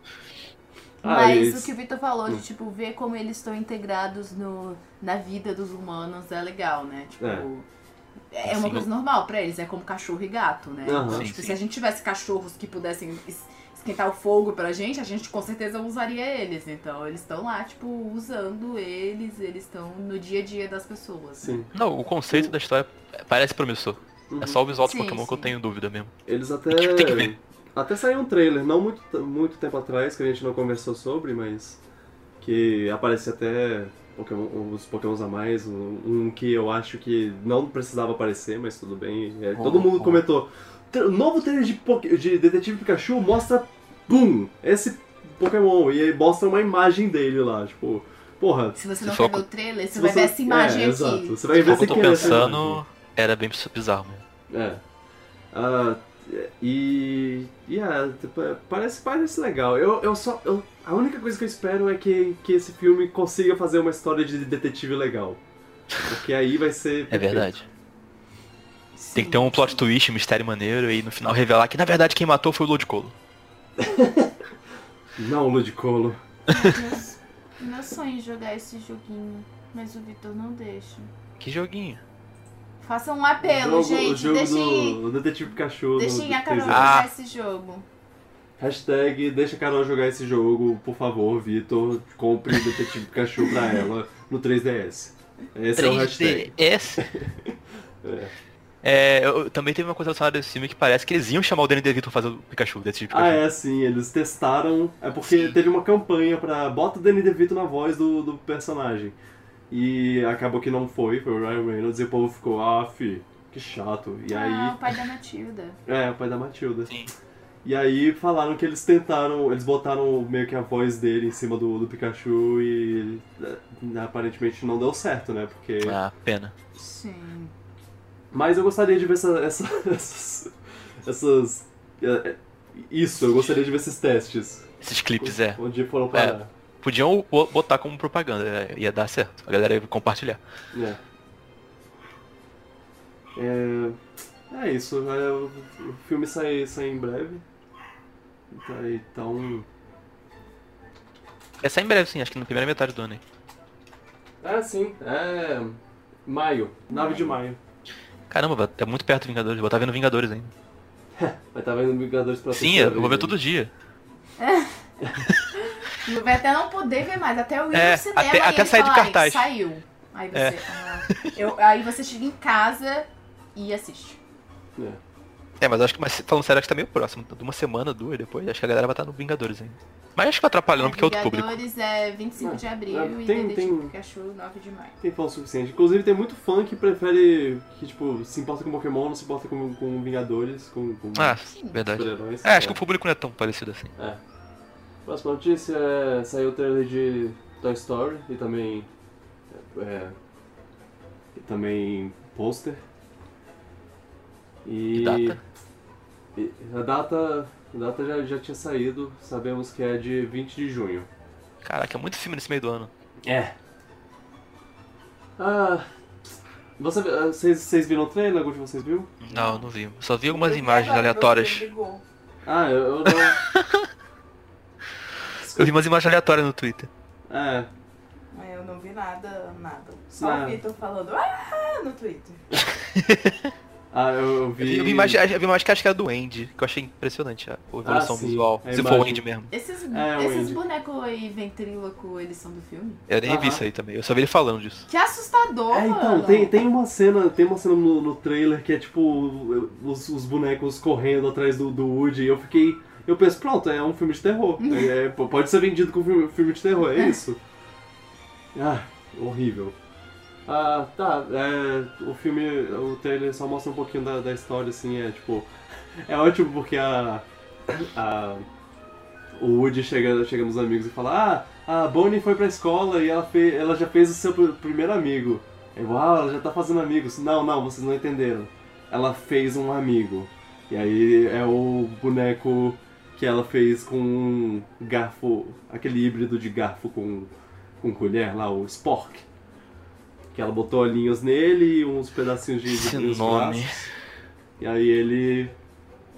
Ah, Mas eles- o que o Vitor falou Hum. de, tipo, ver como eles estão integrados no, na vida dos humanos é legal, né? Tipo. É, uma Sim. coisa normal pra eles, é como cachorro e gato, né? Aham. Então, Assim, Sim, tipo, sim. se a gente tivesse cachorros que pudessem es- esquentar o fogo pra gente, a gente com certeza usaria eles. Então eles estão lá, tipo, usando eles, eles estão no dia a dia das pessoas. Sim. Não, o Hum. conceito da história parece promissor. É só o visual do Sim, Pokémon que eu sim. tenho dúvida mesmo. Eles até. A gente tem que ver. Até saiu um trailer, não muito, muito tempo atrás, que a gente não conversou sobre, mas. Que aparecia até Pokémon- os Pokémons a mais. Um, um que eu acho que não precisava aparecer, mas tudo bem. É, todo Oh, mundo oh. comentou. "Tra- Novo trailer de, Poké- de Detetive Pikachu mostra. Pum! Esse Pokémon. E aí mostra uma imagem dele lá. Tipo, porra. Se você Se não for quer ver o trailer, você se vai você- ver essa imagem é, aqui. Exato. Você vai ver Como se eu tô quer essa imagem. pensando, era bem bizarro mesmo. É. Ah, e. e é, tipo, é, parece, parece legal. Eu, eu só. eu- a única coisa que eu espero é que, que esse filme consiga fazer uma história de detetive legal. Porque aí vai ser. É verdade. Sim. Tem que ter um plot twist, um mistério maneiro, e no final revelar que na verdade quem matou foi o Ludicolo. Não, Ludicolo. Deus, Meu sonho é jogar esse joguinho, mas o Vitor não deixa. Que joguinho. Faça um apelo, o jogo, gente. o jogo deixem do, do Detetive Pikachu. deixem no, a Carol Twitter. Ah. jogar esse jogo. Hashtag deixa a Carol jogar esse jogo, por favor, Vitor. Compre o Detetive Pikachu pra ela no 3DS. Esse é o hashtag. 3DS. É, eu, eu também teve uma coisa relacionada a esse filme que parece que eles iam chamar o Danny DeVito pra fazer o Pikachu, desse tipo de Ah, Pikachu. é, sim, eles testaram. É porque Sim. teve uma campanha pra. Bota o Danny DeVito na voz do, do personagem. E acabou que não foi, foi o Ryan Reynolds e o povo ficou, ah, fi, que chato. E Ah, aí. o pai da Matilda. É, o pai da Matilda. Sim. E aí falaram que eles tentaram. Eles botaram meio que a voz dele em cima do, do Pikachu e. eh, Aparentemente não deu certo, né? Porque. Ah, pena. Sim. Mas eu gostaria de ver essa, essa- essas. essas. eh, eh, Isso, eu gostaria de ver esses testes. Esses clipes, é. Onde foram parar. Podiam o- botar como propaganda, é, ia dar certo. A galera ia compartilhar. É. É, é isso, é, o o filme sai, sai em breve. Tá, Então. É sair em breve, sim, acho que na primeira metade do ano, hein. É sim, é. Maio, 9 de maio. Caramba, é muito perto do Vingadores, vou estar vendo Vingadores ainda. Vai estar vendo Vingadores pra né? Sim, terceira eu vou ver vez todo aí. dia. Vai até não poder ver mais, até eu ir É, no cinema até- e até ele sair do falar, "Ai, cartaz." Saiu. Aí você, É. ah, eu- aí você chega em casa e assiste. É, mas acho que, mas falando sério, acho que tá meio próximo. De uma semana, duas depois, acho que a galera vai estar no Vingadores ainda. Mas acho que vai atrapalhando porque é outro público. Vingadores é 25 de abril É, e tem- Detetive tem- Pikachu 9 de maio. Tem fã o suficiente. Inclusive tem muito fã que prefere. que tipo, se importa com Pokémon, não se importa com, com Vingadores, com, com Ah, Sim. verdade. super-heróis. É, acho que o público não é tão parecido assim. Próxima notícia é. Saiu o trailer de Toy Story e também. É, e também pôster. E. E data? e a data. A data já, já tinha saído, sabemos que é de 20 de junho. Caraca, é muito filme nesse meio do ano. É. Ah. Você, ah, vocês, vocês viram o trailer? Algum de vocês viu? Não, não vi. Só vi algumas Eu vi imagens agora, meu aleatórias. filho ligou. Ah, eu, eu não. Eu vi umas imagens aleatórias no Twitter. É. Mas eu não vi nada, nada. Só Ah. o Vitor falando, ah, no Twitter. Ah, eu, eu Eu vi. vi, eu vi imagem, eu vi imagem que acho que era do Andy, que eu achei impressionante a evolução Ah, sim. visual. A Se for o imagem. Andy mesmo. Esses, É, o esses Andy. bonecos aí ventríloco, eles são do filme? Eu nem Aham. vi isso aí também. Eu só vi ele falando disso. Que assustador, É, então, mano. tem, tem uma cena, tem uma cena no, no trailer que é tipo os, os bonecos correndo atrás do, do Woody e eu fiquei. Eu penso, pronto, é um filme de terror. É, é, p- pode ser vendido como filme, filme de terror, é isso. Ah, horrível. Ah, tá, é, o filme, o trailer só mostra um pouquinho da, da história, assim, é tipo. É ótimo porque a. a o Woody chega, chega nos amigos e fala: Ah, a Bonnie foi pra escola e ela, fe, ela já fez o seu pr- primeiro amigo. Eu, ah, ela já tá fazendo amigos. Não, não, vocês não entenderam. Ela fez um amigo. E aí é o boneco que ela fez com um garfo, aquele híbrido de garfo com, com colher lá, o Spork. Que ela botou olhinhos nele e uns pedacinhos de, de Esse uns nome. braços. E aí ele.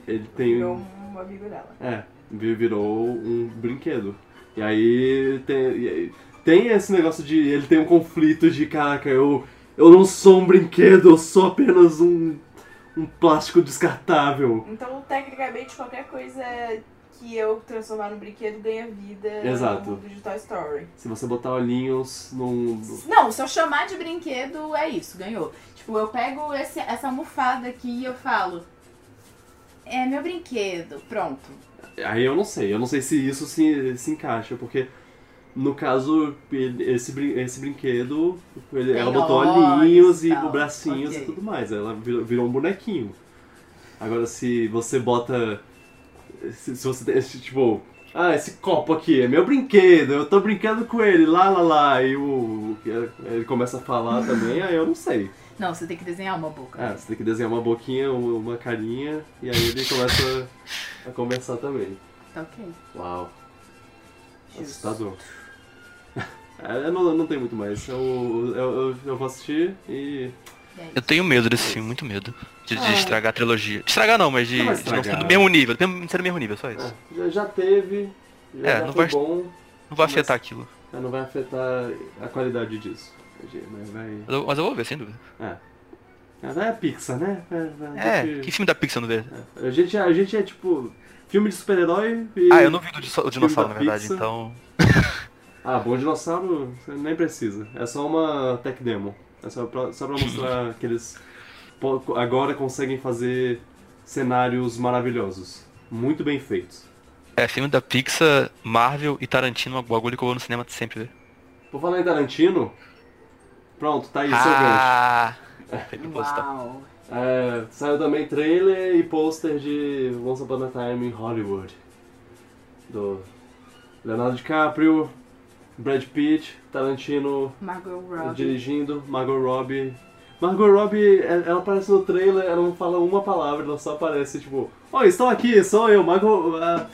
Ele tem. Virou um amigo dela. É, vi- virou um brinquedo. E aí tem, e aí tem esse negócio de. Ele tem um conflito de, caraca, eu, eu não sou um brinquedo, eu sou apenas um, um plástico descartável. Então, tecnicamente, qualquer coisa que eu transformar no brinquedo ganha vida Exato. no mundo de Toy Story. Se você botar olhinhos num. Não, se eu chamar de brinquedo, é isso, ganhou. Tipo, eu pego esse- essa almofada aqui e eu falo. É meu brinquedo, pronto. Aí eu não sei, eu não sei se isso se, se encaixa, porque no caso, ele- esse, brin- esse brinquedo, ele- Tem ela botou olhos olhinhos e e tal, bracinhos ok. e tudo mais, ela virou, virou um bonequinho. Agora, se você bota. Se, se você tem esse tipo. Ah, esse copo aqui é meu brinquedo, eu tô brincando com ele, lá lá lá, e o, ele começa a falar também, aí eu não sei. Não, você tem que desenhar uma boca. Ah, você tem que desenhar uma boquinha, uma uma carinha, e aí ele começa a conversar também. Tá ok. Uau. Justo. Assustador. É, eu não, eu não tenho muito mais. Eu, eu, eu, eu vou assistir e. E é Eu isso. tenho medo desse filme, muito medo. De, de Ah. estragar a trilogia. De estragar não, mas de, Não vai de não ser do estragar. mesmo nível. Do mesmo, ser do mesmo nível, só isso. é, já, já teve, já, É, já não foi vai- bom, Não vai Mas- afetar aquilo. mas não vai afetar a qualidade disso. Mas vai. é. Mas eu, mas eu vou ver, sem dúvida. Mas é Pixar, né? Vai- vai- a É, que gente- filme da Pixar não vê? é, A gente, a gente é tipo. Filme de super-herói e. Ah, eu não vi o disso- o dinossauro, na da verdade, Pixar. então. Ah, bom dinossauro você nem precisa. É só uma tech demo. É só pra, só pra mostrar que eles po- agora conseguem fazer cenários maravilhosos. Muito bem feitos. É, filme da Pixar, Marvel e Tarantino, um bagulho que eu vou no cinema sempre ver. Por falar em Tarantino, pronto, tá aí seu gancho. ah! Foi proposital. Uau. É, saiu também trailer e pôster de Once Upon a Time in Hollywood. Do Leonardo DiCaprio, Brad Pitt, Tarantino, Margot Robbie. dirigindo, Margot Robbie. Margot Robbie, é- ela aparece no trailer, ela não fala uma palavra, ela só aparece tipo, oi, estou aqui, sou eu, Margot. ah,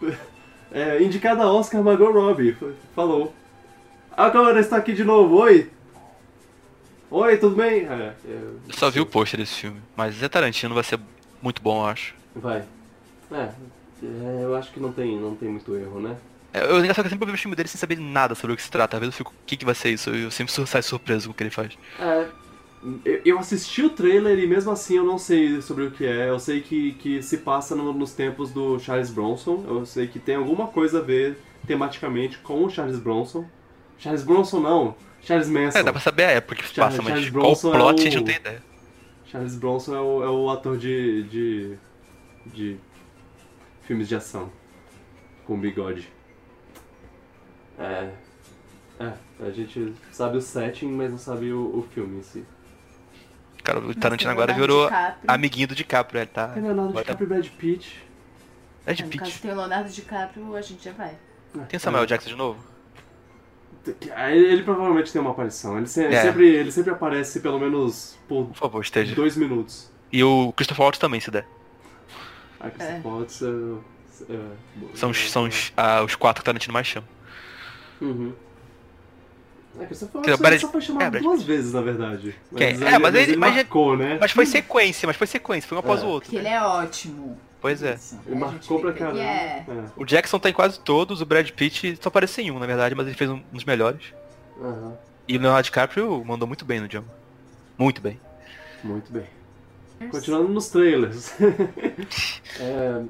é, indicada a Oscar Margot Robbie, F- falou. Agora está aqui de novo, oi. Oi, tudo bem? É, é, Eu só vi o pôster desse filme, mas é Tarantino, vai ser muito bom, eu acho. vai. É, é, eu acho que não tem, não tem muito erro, né? É, Eu, engraçado que eu sempre vejo o filme dele sem saber nada sobre o que se trata. Às vezes eu fico, o que, que vai ser isso? Eu sempre sur- saio surpreso com o que ele faz. É, eu- eu assisti o trailer e mesmo assim eu não sei sobre o que é. Eu sei que, que se passa no- nos tempos do Charles Bronson. Eu sei que tem alguma coisa a ver tematicamente com o Charles Bronson. Charles Bronson não, Charles Manson. É, dá pra saber a época que se Charles- passa, mas Charles qual o Bronson é plot o- a gente não tem ideia. Charles Bronson é o, é o ator de, de. de. filmes de ação. Com bigode. É. É, a gente sabe o setting, mas não sabe o, o filme em si. Cara, o Nossa, Tarantino agora Leonardo virou DiCaprio. amiguinho do DiCaprio, ele tá. É Leonardo Vai dar- DiCaprio e Brad Pitt. É É, de no caso, Pitt. tem o Leonardo DiCaprio, a gente já vai. Tem o Uhum. Samuel Jackson de novo? Ele, ele provavelmente tem uma aparição. Ele, se- É. sempre, ele sempre aparece pelo menos por Por favor, esteja. dois minutos. E o Christopher Waltz também, se der. A Chris É. Potts, é, é, São, os- são os, ah, os quatro que o Tarantino mais chama. Uhum. É, Chris Potts Quer dizer, Brad- só foi chamado é, Brad duas vezes, na verdade. Que é- é, mas ele- mas ele- marcou, né? Mas foi sequência, mas foi sequência, foi um após É. o outro. Porque ele é ótimo. Pois é. Isso. né? Ele Aí a marcou gente pra fica, caramba. yeah. É, O Jackson tá em quase todos, o Brad Pitt só aparece em um, na verdade, mas ele fez um, um dos melhores. aham. E o Leonardo DiCaprio mandou muito bem no Django. Muito bem. Muito bem. Continuando nos trailers. É,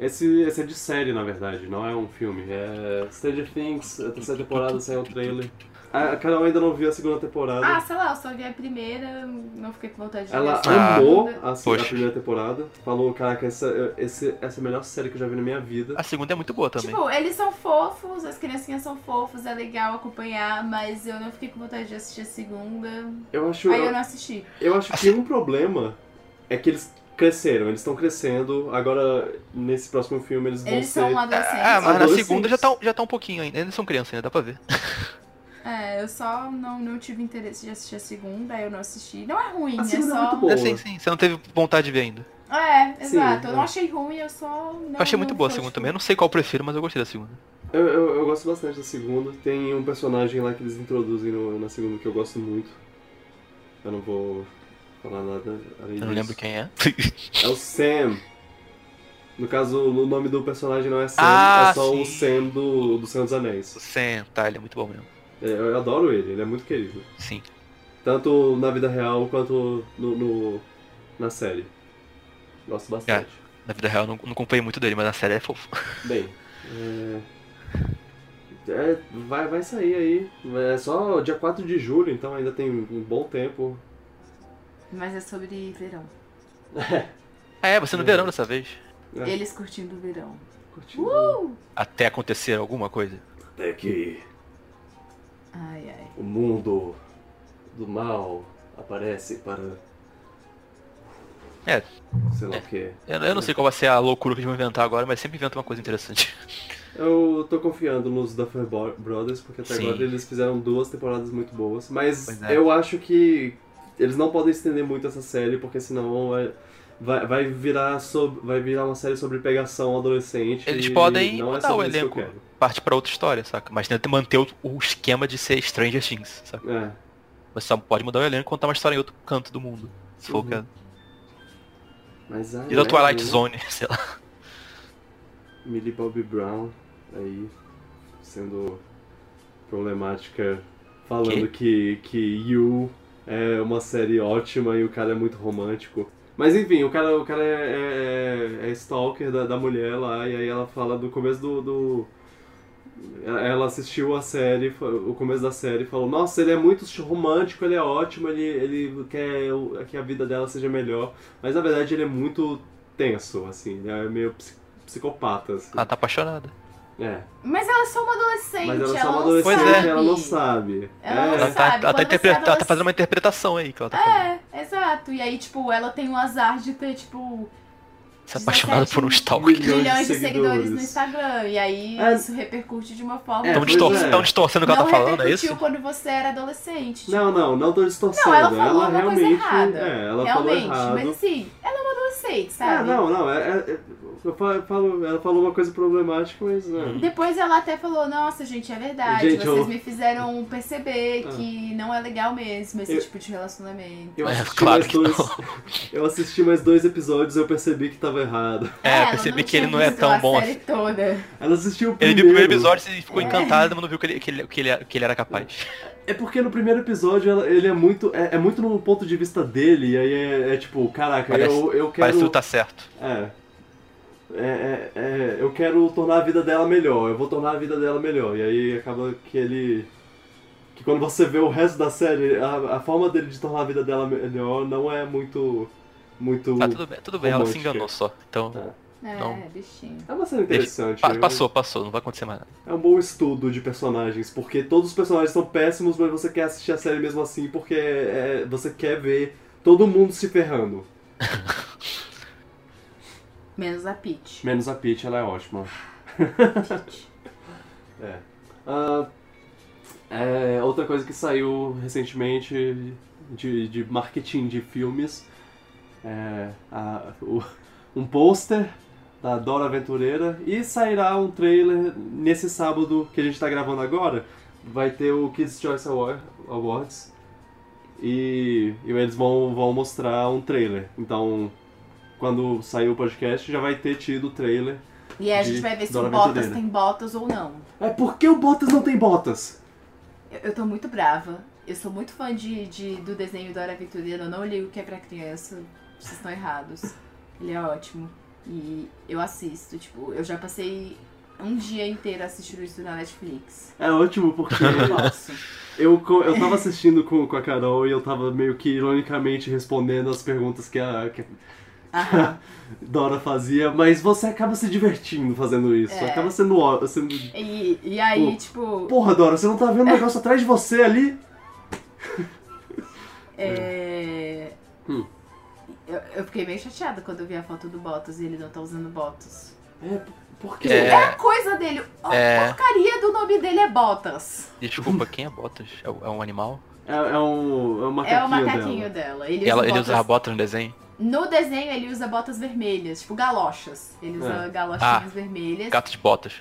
esse, esse é de série, na verdade, não é um filme. É Stranger Things, a terceira temporada saiu um trailer. A a Carol ainda não viu a segunda temporada. Ah, sei lá, eu só vi a primeira, não fiquei com vontade de ver Ela a segunda. Ah. amou a, se- a Poxa. primeira temporada. Falou, caraca, essa, esse, essa é a melhor série que eu já vi na minha vida. A segunda é muito boa também. Tipo, eles são fofos, as criancinhas são fofas, é legal acompanhar, mas eu não fiquei com vontade de assistir a segunda. Eu acho, Aí eu eu, não assisti. acho que um problema é que eles cresceram, eles estão crescendo. Agora, nesse próximo filme, eles vão Eles ser. são adolescentes. é, Ah, mas na Adolescentes. segunda já tá, já tá um pouquinho ainda. Eles são crianças ainda, dá pra ver. É, eu só não, não tive interesse de assistir a segunda, aí eu não assisti. Não é ruim, A é segunda é só. muito boa. É, sim, sim. Você não teve vontade de ver ainda. É, Sim, exato. eu não é. achei ruim, eu só. Não, Eu achei muito não boa a foi, segunda tipo, também. Eu não sei qual eu prefiro, mas eu gostei da segunda. Eu, eu, eu gosto bastante da segunda. Tem um personagem lá que eles introduzem no- na segunda que eu gosto muito. Eu não vou falar nada além Eu disso. não lembro quem é. É o Sam. No caso, o nome do personagem não é Sam, Ah, é só sim. o Sam do, do Senhor dos Anéis. O Sam, tá, ele é muito bom mesmo. É, Eu adoro ele, ele é muito querido. Sim. Tanto na vida real quanto no, no- na série. Gosto bastante. Na vida real eu não, não acompanhei muito dele, mas na série é fofo. Bem, é... é, vai, vai sair aí. É só dia 4 de julho, então ainda tem um bom tempo. Mas é sobre verão. É, você no verão dessa vez. É. Eles curtindo o verão. Curtindo. Até acontecer alguma coisa. Até que Ai, ai. o mundo do mal aparece para. É. Sei lá o que. Eu, eu não sei qual vai ser a loucura que eles vão inventar agora, mas sempre inventa uma coisa interessante. Eu tô confiando nos Duffer Bo- Brothers, porque até Sim. agora eles fizeram duas temporadas muito boas, mas Pois é. eu acho que eles não podem estender muito essa série, porque senão é- vai, vai, virar, sob- vai virar uma série sobre pegação adolescente. Eles e podem não é mudar o sobre isso que eu elenco. Parte pra outra história, saca? Mas tenta manter o, o esquema de ser Stranger Things, saca? quero. É. Você só pode mudar o elenco e contar uma história em outro canto do mundo. Se for o Uhum. caso. Mas ah, é, né? a E da Twilight Ellie, Zone, sei lá. Millie Bobby Brown aí sendo problemática, falando que, que You é uma série ótima e o cara é muito romântico. Mas enfim, o cara, o cara é, é, é stalker da, da mulher lá, e aí ela fala do começo do. do- Ela assistiu a série, fa- o começo da série, e falou: Nossa, ele é muito romântico, ele é ótimo, ele, ele quer o- que a vida dela seja melhor. Mas na verdade ele é muito tenso, assim, ele é meio psi- psicopata. assim. Ela tá apaixonada. É. Mas ela é só uma adolescente, Mas ela ela, é só uma não adolescente, sabe. ela não sabe. Ela não é. Ela, tá, sabe, ela, tá quando você é interpre- ela tá adolescente- fazendo uma interpretação aí que ela tá fazendo. É, exato. E aí, tipo, ela tem o azar de ter, tipo, Se apaixonada por um 17 stalker. Milhões de milhões de seguidores. seguidores no Instagram. E aí É. isso repercute de uma forma. É, Estão pois distor é. tão distorcendo o que não ela tá falando, é repercutiu isso? quando você era adolescente. Não, não, não tô distorcendo. Não, ela falou uma coisa realmente. errada. É, ela Realmente, falou errado. mas assim, ela é uma adolescente, Ah, sabe? não, não. É, é- é- eu fa- falo, ela falou uma coisa problemática, mas. né. Depois ela até falou, nossa, gente, é verdade, Gente, vocês eu- me fizeram perceber Ah. que não é legal mesmo esse Eu- tipo de relacionamento. Eu É, assisti claro mais que dois. não. Eu assisti mais dois episódios e eu percebi que tava errado. É, ela percebi que tinha ele não é visto tão a bom série assim. toda. Ela assistiu o Ele primeiro. viu o primeiro episódio e ficou É. encantado, mas não viu que ele, que ele, que ele, que ele era capaz. É porque no primeiro episódio ela- ele é muito. É, é muito no ponto de vista dele, e aí é, é tipo, caraca, Parece- eu, eu quero. Parece que tu tá certo. É. É, é, é, eu quero tornar a vida dela melhor, eu vou tornar a vida dela melhor. E aí acaba que ele. Que quando você vê o resto da série, a, a forma dele de tornar a vida dela melhor não é muito. Muito. Tá tudo bem, tudo bem, ela se romântica. enganou só. Então, Tá. É, Não. bichinho. É uma série interessante. pa- eu- passou, passou, não vai acontecer mais nada. É um bom estudo de personagens, porque todos os personagens são péssimos, mas você quer assistir a série mesmo assim, porque é, você quer ver todo mundo se ferrando. Menos a Peach. Menos a Peach, ela é ótima. Peach. É. Ah, é, outra coisa que saiu recentemente de, de marketing de filmes é a- o- um pôster da Dora Aventureira e sairá um trailer nesse sábado que a gente tá gravando agora. Vai ter o Kids Choice Awar- Awards e, e eles vão, vão mostrar um trailer. Então, quando sair o podcast, já vai ter tido o trailer. E aí a De gente vai ver se Dora o Bottas Aventureira. tem botas ou não. É por que o Bottas não tem botas? Eu, eu tô muito brava. Eu sou muito fã de, de- do desenho do Hora Aventureira. Eu não ligo que é pra criança. Vocês estão errados. Ele é ótimo. E eu assisto. Tipo, eu já passei um dia inteiro assistindo isso na Netflix. É ótimo porque Eu gosto. eu, co- eu tava assistindo com, com a Carol e eu tava meio que ironicamente respondendo as perguntas que a, que a Aham. Dora fazia, mas você acaba se divertindo fazendo isso. É. Acaba sendo, ó- sendo. E, e aí, tipo, Porra, Dora, você não tá vendo o negócio atrás de você ali? é. Hum. Eu, eu fiquei meio chateada quando eu vi a foto do Bottas e ele não tá usando Bottas. É, por quê? É, É. a coisa dele. A É. porcaria do nome dele é Bottas. Desculpa, quem é Bottas? É, o- é um animal? É, é um, é um macaquinho. É o macaquinho Dela. dela. Ele, Ela, usa ele botas- usava bota no desenho? No desenho ele usa botas vermelhas, tipo galochas. Ele usa É. galochinhas Ah. vermelhas. Gato de botas.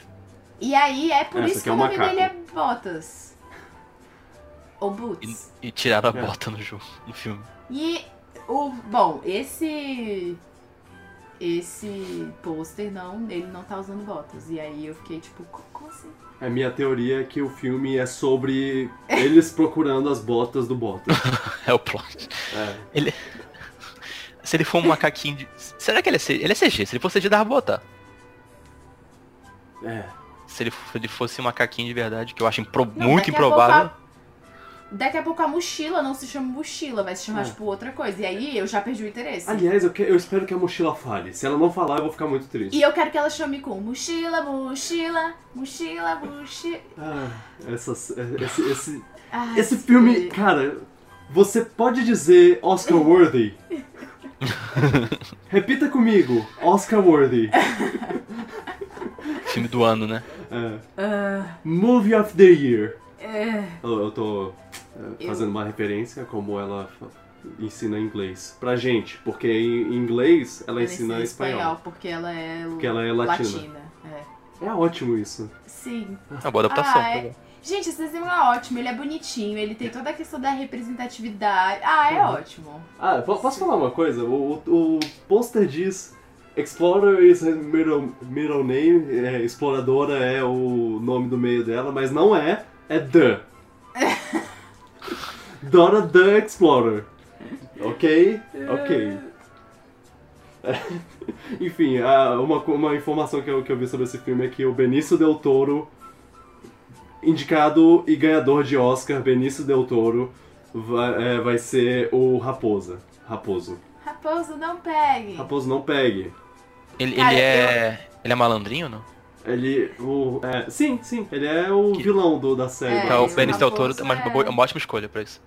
E aí é por Essa isso aqui que é o um nome macaco. dele é Botas. Ou Boots. E tiraram a É. bota no jogo, no filme. E o. Bom, esse. Esse pôster não, ele não tá usando botas. E aí eu fiquei tipo, "Co- como assim? A minha teoria é que o filme é sobre eles procurando as botas do Bottas. É o plot. É. se ele for um macaquinho de. Será que ele é CG? Ele é CG. Se ele for CG, dava pra botar. É. Se ele, se ele fosse um macaquinho de verdade, que eu acho impro- Não, é muito daqui a improvável. pouco a- Daqui a pouco a mochila não se chama mochila, vai se chamar, É. tipo, outra coisa. E aí eu já perdi o interesse. Aliás, eu, que- eu espero que a mochila fale. Se ela não falar, eu vou ficar muito triste. E eu quero que ela chame com mochila, mochila, mochila, mochila. Ah, essas- esse, esse, Ai, esse filme, sim. cara, você pode dizer Oscar worthy? Repita comigo, Oscar worthy. É. Filme do ano, né? É. Ah, Movie of the year. é. Eu, eu tô é, Eu- fazendo uma referência a como ela fa- ensina inglês pra gente, porque em inglês ela, ensina, espanhol, porque ela é porque ela é latina. latina. é. É ótimo isso. Sim. É uma boa adaptação. Ah, é. pô. Gente, esse desenho é ótimo, ele é bonitinho, ele tem toda a questão da representatividade. Ah, é Uhum. ótimo. Ah, po- posso falar uma coisa? O, o, o pôster diz Explorer is her middle, middle name, é, exploradora é o nome do meio dela, mas não é, é The. Dora The Explorer. Ok? Ok. Enfim, ah, uma, co- uma informação que eu, que eu vi sobre esse filme é que o Benício Del Toro, indicado e ganhador de Oscar, Benício Del Toro, vai, é, vai ser o Raposa. Raposo. Raposo, não pegue. Raposo não pegue. Ele, Cara, ele é. Ele é malandrinho, não? Ele. O, é, sim, sim, ele é o Que- vilão do, da série. É, Então o esse Benício Del Toro Raposo é uma, é- boa- uma ótima escolha pra isso.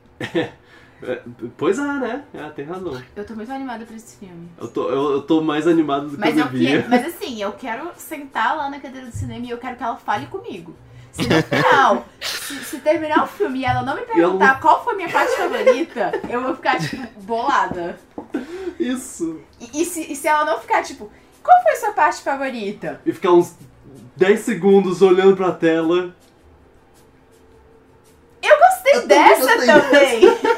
É, pois é, né? É, tem razão. Eu tô muito animada pra esse filme. Eu tô, eu, eu tô mais animado do que Mas é eu eu devia. que, mas assim, eu quero sentar lá na cadeira do cinema e eu quero que ela fale comigo. Se no final, se, se terminar o filme e ela não me perguntar qual foi minha parte favorita, eu vou ficar, tipo, bolada. Isso. E, e se, e se ela não ficar, tipo, qual foi sua parte favorita? E ficar uns 10 segundos olhando pra tela. Gostei Eu também dessa gostei também!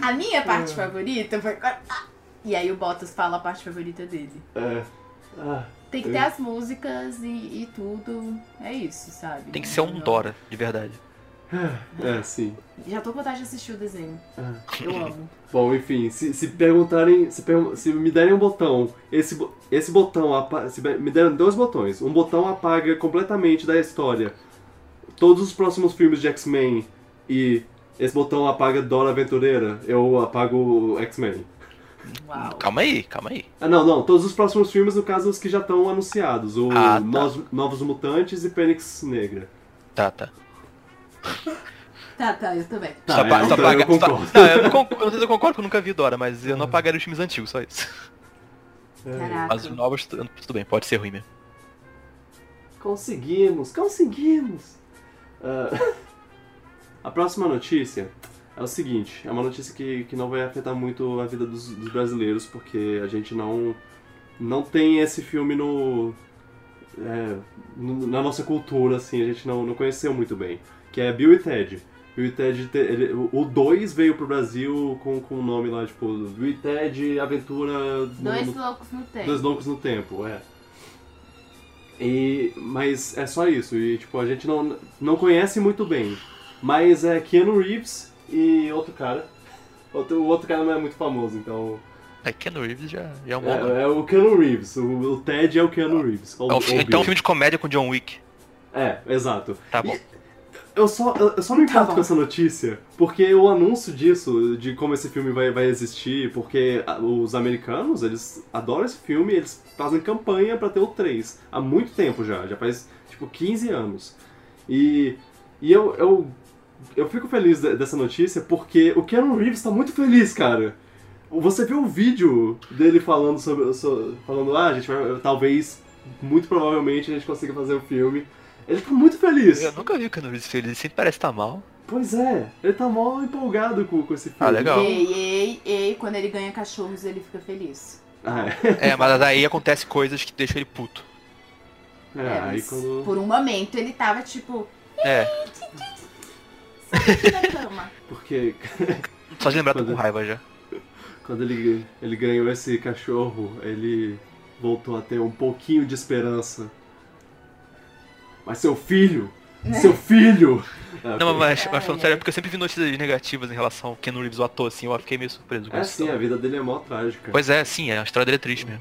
a minha É. parte favorita foi. quando- Ah! E aí o Bottas fala a parte favorita dele. É. Ah. Tem que ter as músicas e, e tudo. É isso, sabe? Tem que ser um Não- Dora, de verdade. É, sim. Já tô com vontade de assistir o desenho. Ah. Eu amo. Bom, enfim, se, se perguntarem, se, pergun- se me derem um botão, esse, bo- esse botão, apa- se me derem dois botões, um botão apaga completamente da história todos os próximos filmes de X-Men e esse botão apaga Dora Aventureira, eu apago o X-Men. Uau. Calma aí, calma aí. Ah, não, não, todos os próximos filmes, no caso, os que já estão anunciados, o Ah, tá. Novos, Novos Mutantes e Fênix Negra. Tá, tá. Tá, tá, eu também. Tá, Só é, pa- só então paga- eu só- concordo. É. Não, eu não con- eu não sei se eu concordo que eu nunca vi Dora, mas eu não apagaria os filmes antigos, só isso. É, Caraca. Mas os novos, tu- tudo bem, pode ser ruim mesmo. Conseguimos, conseguimos! Ah, a próxima notícia é o seguinte: é uma notícia que, que não vai afetar muito a vida dos, dos brasileiros, porque a gente não, não tem esse filme no, é, no- na nossa cultura, assim, a gente não, não conheceu muito bem. Que é Bill e Ted. Bill e Ted, te- ele- o 2 veio pro Brasil com, com o nome lá, tipo, Bill e Ted Aventura no- no Dois loucos no tempo. Dois Loucos no Tempo, é. E, mas é só isso, e tipo, a gente não, não conhece muito bem. Mas é Keanu Reeves e outro cara. Outro, o outro cara não é muito famoso, então. É, Ken Reeves já, já é um bom nome. É, é o Keanu Reeves, o, o Ted é o Keanu Reeves. ou- É um ou fi- então é um Bill. filme de comédia com John Wick. É, exato. Tá bom. Eu só, eu eu só me importo bom. com essa notícia porque o anúncio disso, de como esse filme vai, vai existir, porque a- os americanos, eles adoram esse filme, eles fazem campanha pra ter o 3 há muito tempo já, já faz tipo 15 anos. E, e eu, eu, eu fico feliz de- dessa notícia porque o Keanu Reeves tá muito feliz, cara. Você viu o vídeo dele falando sobre. so- falando, ah, a gente vai. Talvez, muito provavelmente, a gente consiga fazer o filme. Ele tá muito feliz. Eu nunca vi o Ken Reeves feliz, ele sempre parece estar mal. Pois é, ele tá mó empolgado com, com esse filme. Ah, legal. Ei, ei, ei, quando ele ganha cachorros, ele fica feliz. Ah, é. É, mas daí acontece coisas que deixam ele puto. É, É, aí mas quando. por um momento ele tava tipo, É, senta na cama. Porque só de lembrar tô com Quando- raiva já. Tá quando ele, ele ganhou esse cachorro, ele voltou a ter um pouquinho de esperança. Mas seu filho É. Seu filho! Ah, Não, ok. mas, mas falando Ai, sério, é ai. porque eu sempre vi notícias negativas em relação ao Ken Reeves, o ator, assim, eu fiquei meio surpreso com É isso. sim, a vida dele é mó trágica. Pois é, sim, é, a história dele é triste mesmo.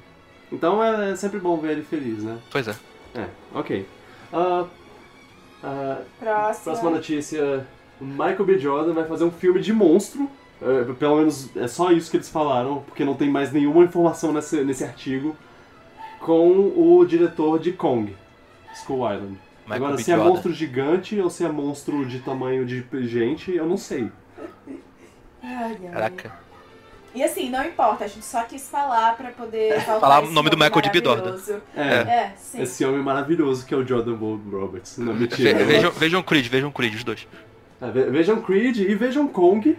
Então é sempre bom ver ele feliz, né? Pois é. É, ok. Ah, ah, Próxima. próxima notícia. O Michael B. Jordan vai fazer um filme de monstro. É, pelo menos é só isso que eles falaram, porque não tem mais nenhuma informação nesse, nesse artigo. Com o diretor de Kong, School Island. Michael Agora, B. se é Jordan. monstro gigante ou se é monstro de tamanho de gente, eu não sei. Ai, ai. Caraca. E assim, não importa, a gente só quis falar pra poder faltar É, Falar o esse nome do Michael de Bidorda. maravilhoso. É, É, sim. esse homem maravilhoso que é o Jordan Bo- Roberts. Não, Ve- mentira. Vejam, vejam Creed, vejam Creed, os dois. É, ve- Vejam Creed e vejam Kong.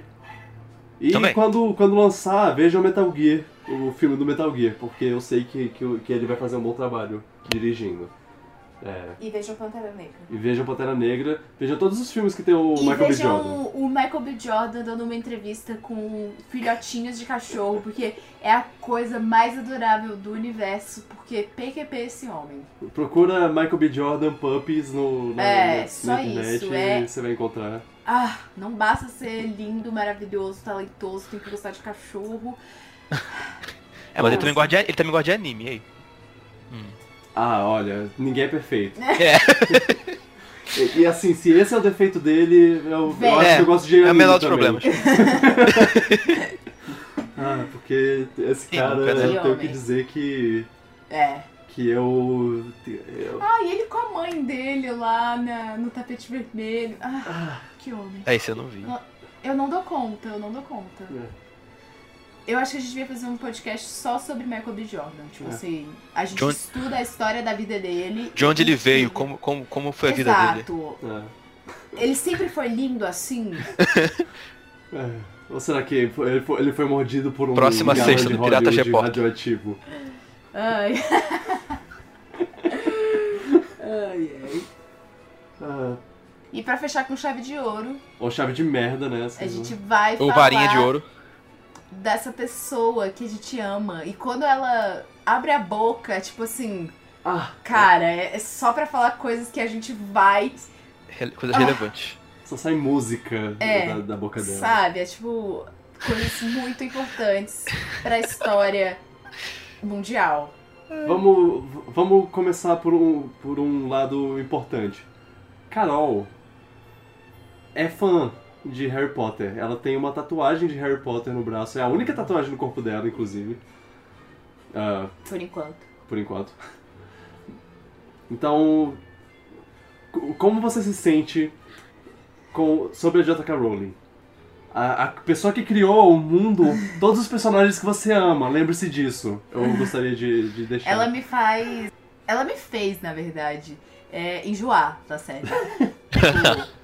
E Também. quando, quando lançar, vejam Metal Gear, o filme do Metal Gear, porque eu sei que, que, o- que ele vai fazer um bom trabalho dirigindo. É, E vejam Pantera Negra. e vejam Pantera Negra, vejam todos os filmes que tem o e Michael B. vejam Jordan. o Michael B. Jordan dando uma entrevista com filhotinhos de cachorro, porque é a coisa mais adorável do universo, porque PQP é esse homem. Procura Michael B. Jordan Puppies no, na, É, na- na só internet isso, e é. você vai encontrar. Ah, não basta ser lindo, maravilhoso, talentoso, tem que gostar de cachorro. É, mas ele Nossa. também, gosta de, ele também gosta de anime, e aí? Ah, olha, ninguém é perfeito. É. E, e assim, se esse é o defeito dele, eu, eu Velho. acho que eu gosto de É o anime menor dos também. problemas. Ah, porque esse Sim, cara, cara, eu de tenho homem. que dizer que. É. que eu. eu- Ah, e ele com a mãe dele lá na- no tapete vermelho. Ah, que homem. É isso eu não vi. Eu não dou conta, eu não dou conta. Eu acho que a gente devia fazer um podcast só sobre Michael B. Jordan. Tipo É. assim, a gente De onde- estuda a história da vida dele. De onde ele veio, como como, como, como foi a vida dele. Exato. é, Ele sempre foi lindo assim. é. Ou será que ele foi, ele foi- ele foi mordido por um Próxima galão sexta de do Piratas Hollywood Repórter. radioativo? Ai. ai, ai. Ah, E pra fechar com chave de ouro, ou chave de merda, né? assim, a gente vai Ou falar varinha de ouro. dessa pessoa que a gente ama. E quando ela abre a boca, tipo assim, Ah, cara, é é só pra falar coisas que a gente vai, Rele- Coisas Ah. relevantes. só sai música É, da, da boca dela. sabe? É tipo coisas muito importantes pra história mundial. Vamos, v- vamos começar por um, por um lado importante. Carol é fã de Harry Potter. Ela tem uma tatuagem de Harry Potter no braço. É a única tatuagem no corpo dela, inclusive. Ah, Por enquanto. por enquanto. Então, co- como você se sente com, sobre a J.K. Rowling? A, a pessoa que criou o mundo, todos os personagens que você ama, lembre-se disso. Eu gostaria de, de deixar. Ela me faz. Ela me fez, na verdade, é, enjoar da série. Tipo, é-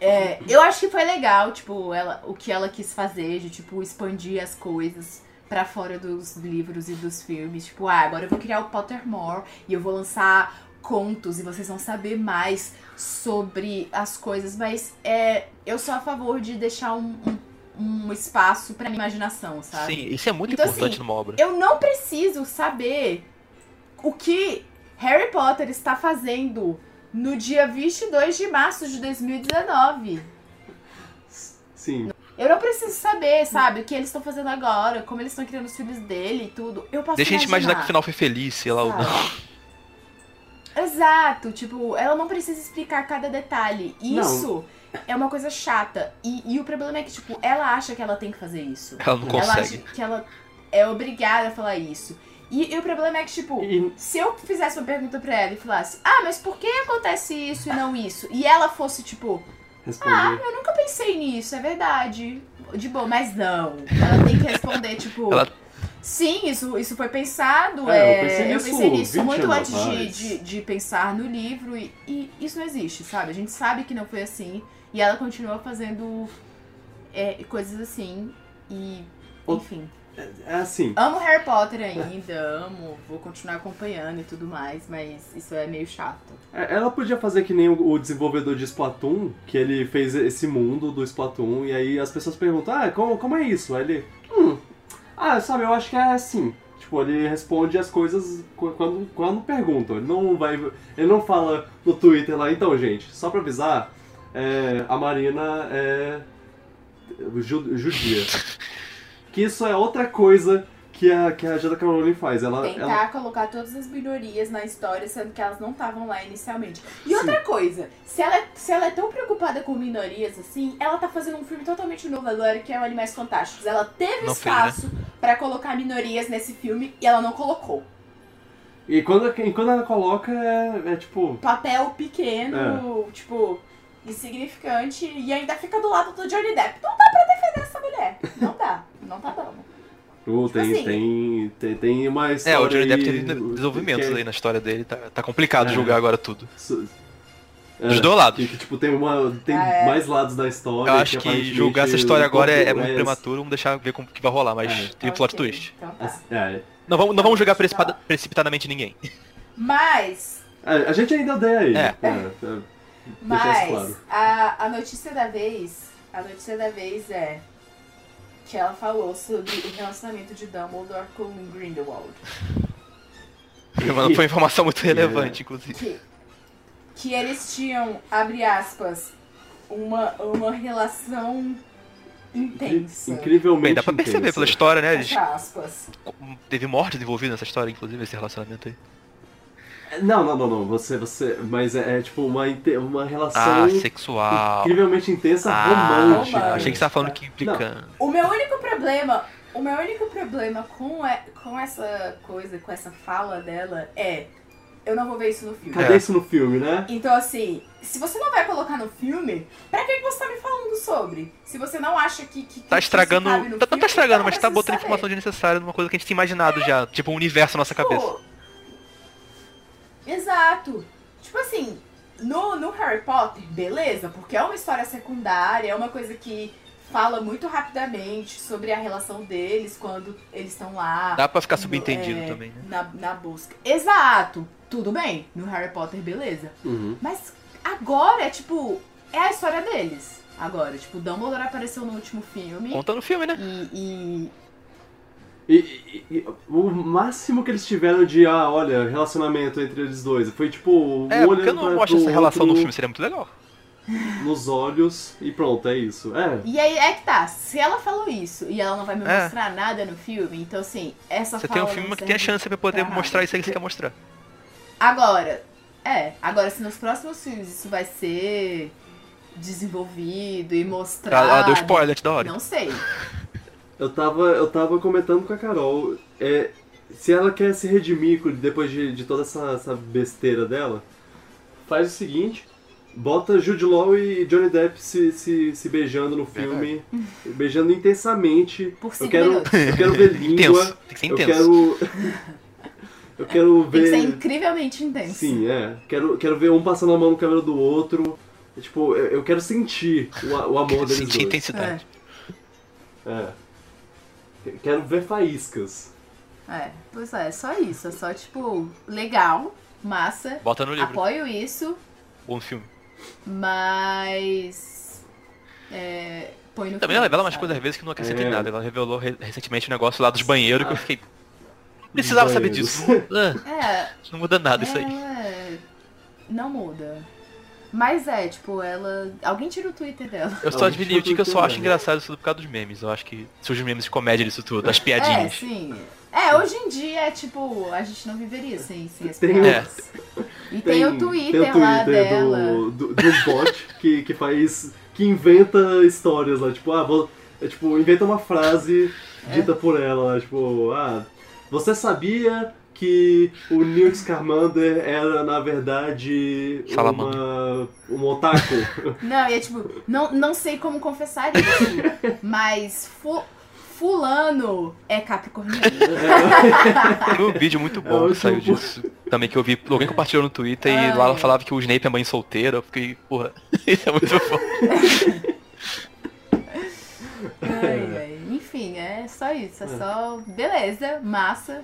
é, eu acho que foi legal, tipo, ela, o que ela quis fazer, de tipo, expandir as coisas pra fora dos livros e dos filmes. Tipo, ah, agora eu vou criar o Pottermore e eu vou lançar contos e vocês vão saber mais sobre as coisas, mas é, eu sou a favor de deixar um, um, um espaço pra minha imaginação, sabe? Sim, isso é muito Então, importante assim, numa obra. Eu não preciso saber o que Harry Potter está fazendo no dia 22 de março de 2019. Sim. Eu não preciso saber, sabe, o que eles estão fazendo agora, como eles estão criando os filhos dele e tudo. Eu posso Ah. Deixa a gente imaginar que o final foi feliz, sei lá, ou não. sabe? Exato, tipo, ela não precisa explicar cada detalhe. Não. Isso é uma coisa chata. E, e o problema é que, tipo, ela acha que ela tem que fazer isso. Ela não Ela consegue. acha que ela é obrigada a falar isso. E, e o problema é que, tipo, E- Se eu fizesse uma pergunta pra ela e falasse, ah, mas por que acontece isso e não isso? E ela fosse tipo, responder. eu nunca pensei nisso, é verdade. De boa, mas não. Ela tem que responder, tipo. Ela- Sim, isso, isso foi pensado. É, eu é, pensei eu nisso pensei nisso 20 muito anos antes de, atrás." de, de pensar no livro. E, e isso não existe, sabe? A gente sabe que não foi assim. E ela continua fazendo é, coisas assim. E. O- Enfim. É assim. Amo Harry Potter ainda, amo, vou continuar acompanhando e tudo mais, mas isso é meio chato. é- Ela podia fazer que nem o o desenvolvedor de Splatoon, que ele fez esse mundo do Splatoon, e aí as pessoas perguntam, ah, como, como é isso? Aí ele, hum, ah, sabe, eu acho que é assim. Tipo, ele responde as coisas qu- quando, quando perguntam. Ele não vai. Ele não fala no Twitter lá, então, gente, só pra avisar, é, a Marina é. ju- judia. que isso é outra coisa que a, que a Jada Caroline faz. Ela, Tentar ela- colocar todas as minorias na história, sendo que elas não estavam lá inicialmente. E Sim. outra coisa, se ela, é- se ela é tão preocupada com minorias assim, ela tá fazendo um filme totalmente novo agora, que é o Animais Fantásticos. Ela teve Não fez, né? espaço pra colocar minorias nesse filme e ela não colocou. E quando, e quando ela coloca, é, é tipo. Papel pequeno, É. tipo, insignificante, e ainda fica do lado do Johnny Depp. Não dá pra defender essa mulher. Não dá. Não tá dando. "Oh, tem, assim- tem, tem, tem uma história. Tipo É, o Johnny Depp aí, teve desenvolvimentos que é- aí na história dele, tá, tá complicado É. julgar agora tudo. su- é, Dos dois lados. que, que, tipo, tem, uma, tem Ah, é. mais lados da história. Eu acho que aparentemente julgar essa história agora é, é muito é- prematuro, vamos deixar ver como que vai rolar, mas É. tem o plot Ok, twist. Então tá. É, Não vamos, não vamos julgar precipa- precipitadamente ninguém. Mas é, a gente ainda odeia ele. É. Deixar Mas isso claro. a, a notícia da vez, a notícia da vez é que ela falou sobre o relacionamento de Dumbledore com Grindelwald, Foi uma- foi uma informação muito relevante, inclusive. que que eles tinham, abre aspas, uma uma relação intensa. Incrivelmente. Bem, dá pra perceber pela história, né? Eles- Fecha aspas. teve mortes envolvidas nessa história, inclusive, esse relacionamento aí. história. É, Não, não, não, não. Você, você. Mas é, é, tipo uma, inte- uma relação Ah, sexual. incrivelmente intensa, Ah, romântica. romântico. achei que você tava falando que implicando. O meu único problema, o meu único problema com é- com essa coisa, com essa fala dela é eu não vou ver isso no filme. Cadê É. isso no filme, né? Então, assim, se você não vai colocar no filme, pra que que você tá me falando sobre? Se você não acha que. que Tá estragando. Tá, não tá então estragando, mas tá botando informação de desnecessária numa coisa que a gente tinha imaginado já. Tipo, um universo na nossa cabeça. Exato. Tipo assim, no, no Harry Potter, beleza, porque é uma história secundária, é uma coisa que fala muito rapidamente sobre a relação deles quando eles estão lá. Dá pra ficar subentendido é, também, né? Na, na busca. Exato. Tudo bem. No Harry Potter, beleza. Uhum. Mas agora é tipo. É a história deles. Agora, tipo, Dumbledore apareceu no último filme. Conta no filme, né? E. e- E, e- e o máximo que eles tiveram de, ah, olha, relacionamento entre eles dois. Foi tipo, um É, porque eu olhando não pra, mostro pro essa relação no outro filme, seria muito legal. nos olhos e pronto, é isso. É. E aí é que tá, se ela falou isso e ela não vai me É. mostrar nada no filme, então assim, essa Você tem fala um não filme que serve. tem a chance pra poder pra mostrar isso aí que você quer mostrar. Agora, é, agora se nos próximos filmes isso vai ser desenvolvido e mostrado. Tá, Ela, ela deu Ah, um spoiler antes da hora. Ah, Não sei. Eu tava, eu tava comentando com a Carol. É, se ela quer se redimir com- depois de, de toda essa, essa besteira dela, faz o seguinte: bota Jude Law e Johnny Depp se, se, se beijando no filme, beijando intensamente. Por Eu cinco quero, minutos. eu quero ver língua. Intenso. Tem que ser Eu intenso. quero. Eu quero Tem que ser ver. incrivelmente intenso. Sim, é. Quero, quero ver um passando a mão no cabelo do outro. Tipo, eu, eu quero sentir o, a- o amor deles Sentir dois. intensidade. É. Quero ver faíscas. É, pois é, só isso. É só, tipo, legal, massa. Bota no livro. Apoio isso, Bom filme. mas. É, põe no filme, Também Tá ela revela umas sabe? coisas às vezes que não acrescenta É. em nada. Ela revelou re- recentemente um negócio lá dos banheiros que eu fiquei. Dos Precisava saber banheiros. disso. Ah, É, isso não muda nada isso aí. ela é, não muda. Mas é, tipo, ela. Alguém tira o Twitter dela. Eu Não, só a gente admiro não tá que eu só acho entendendo. engraçado isso tudo por causa dos memes. Eu acho que surgem memes de comédia disso tudo, as É, piadinhas. sim. É, hoje em dia é tipo, a gente não viveria sem, sem as Tem- piadas. E tem, o Twitter, tem o lá Twitter dela. do, do, de um bot que, que faz. que inventa histórias lá, tipo, ah, vou, é, tipo, inventa uma frase É. dita por ela, lá, tipo, ah, você sabia que o Newt Scamander era, na verdade, Salamander. uma, um otaku? Não, e é tipo, não, não sei como confessar isso, mas fu- fulano é capricorniano. Tem um vídeo muito É bom que ótimo, saiu pô. disso. Também que eu vi, alguém compartilhou no Twitter e lá ela falava que o Snape é mãe solteira. Eu fiquei, porra, isso é muito bom. Ai, ai. Enfim, é só isso. É só. Beleza, massa.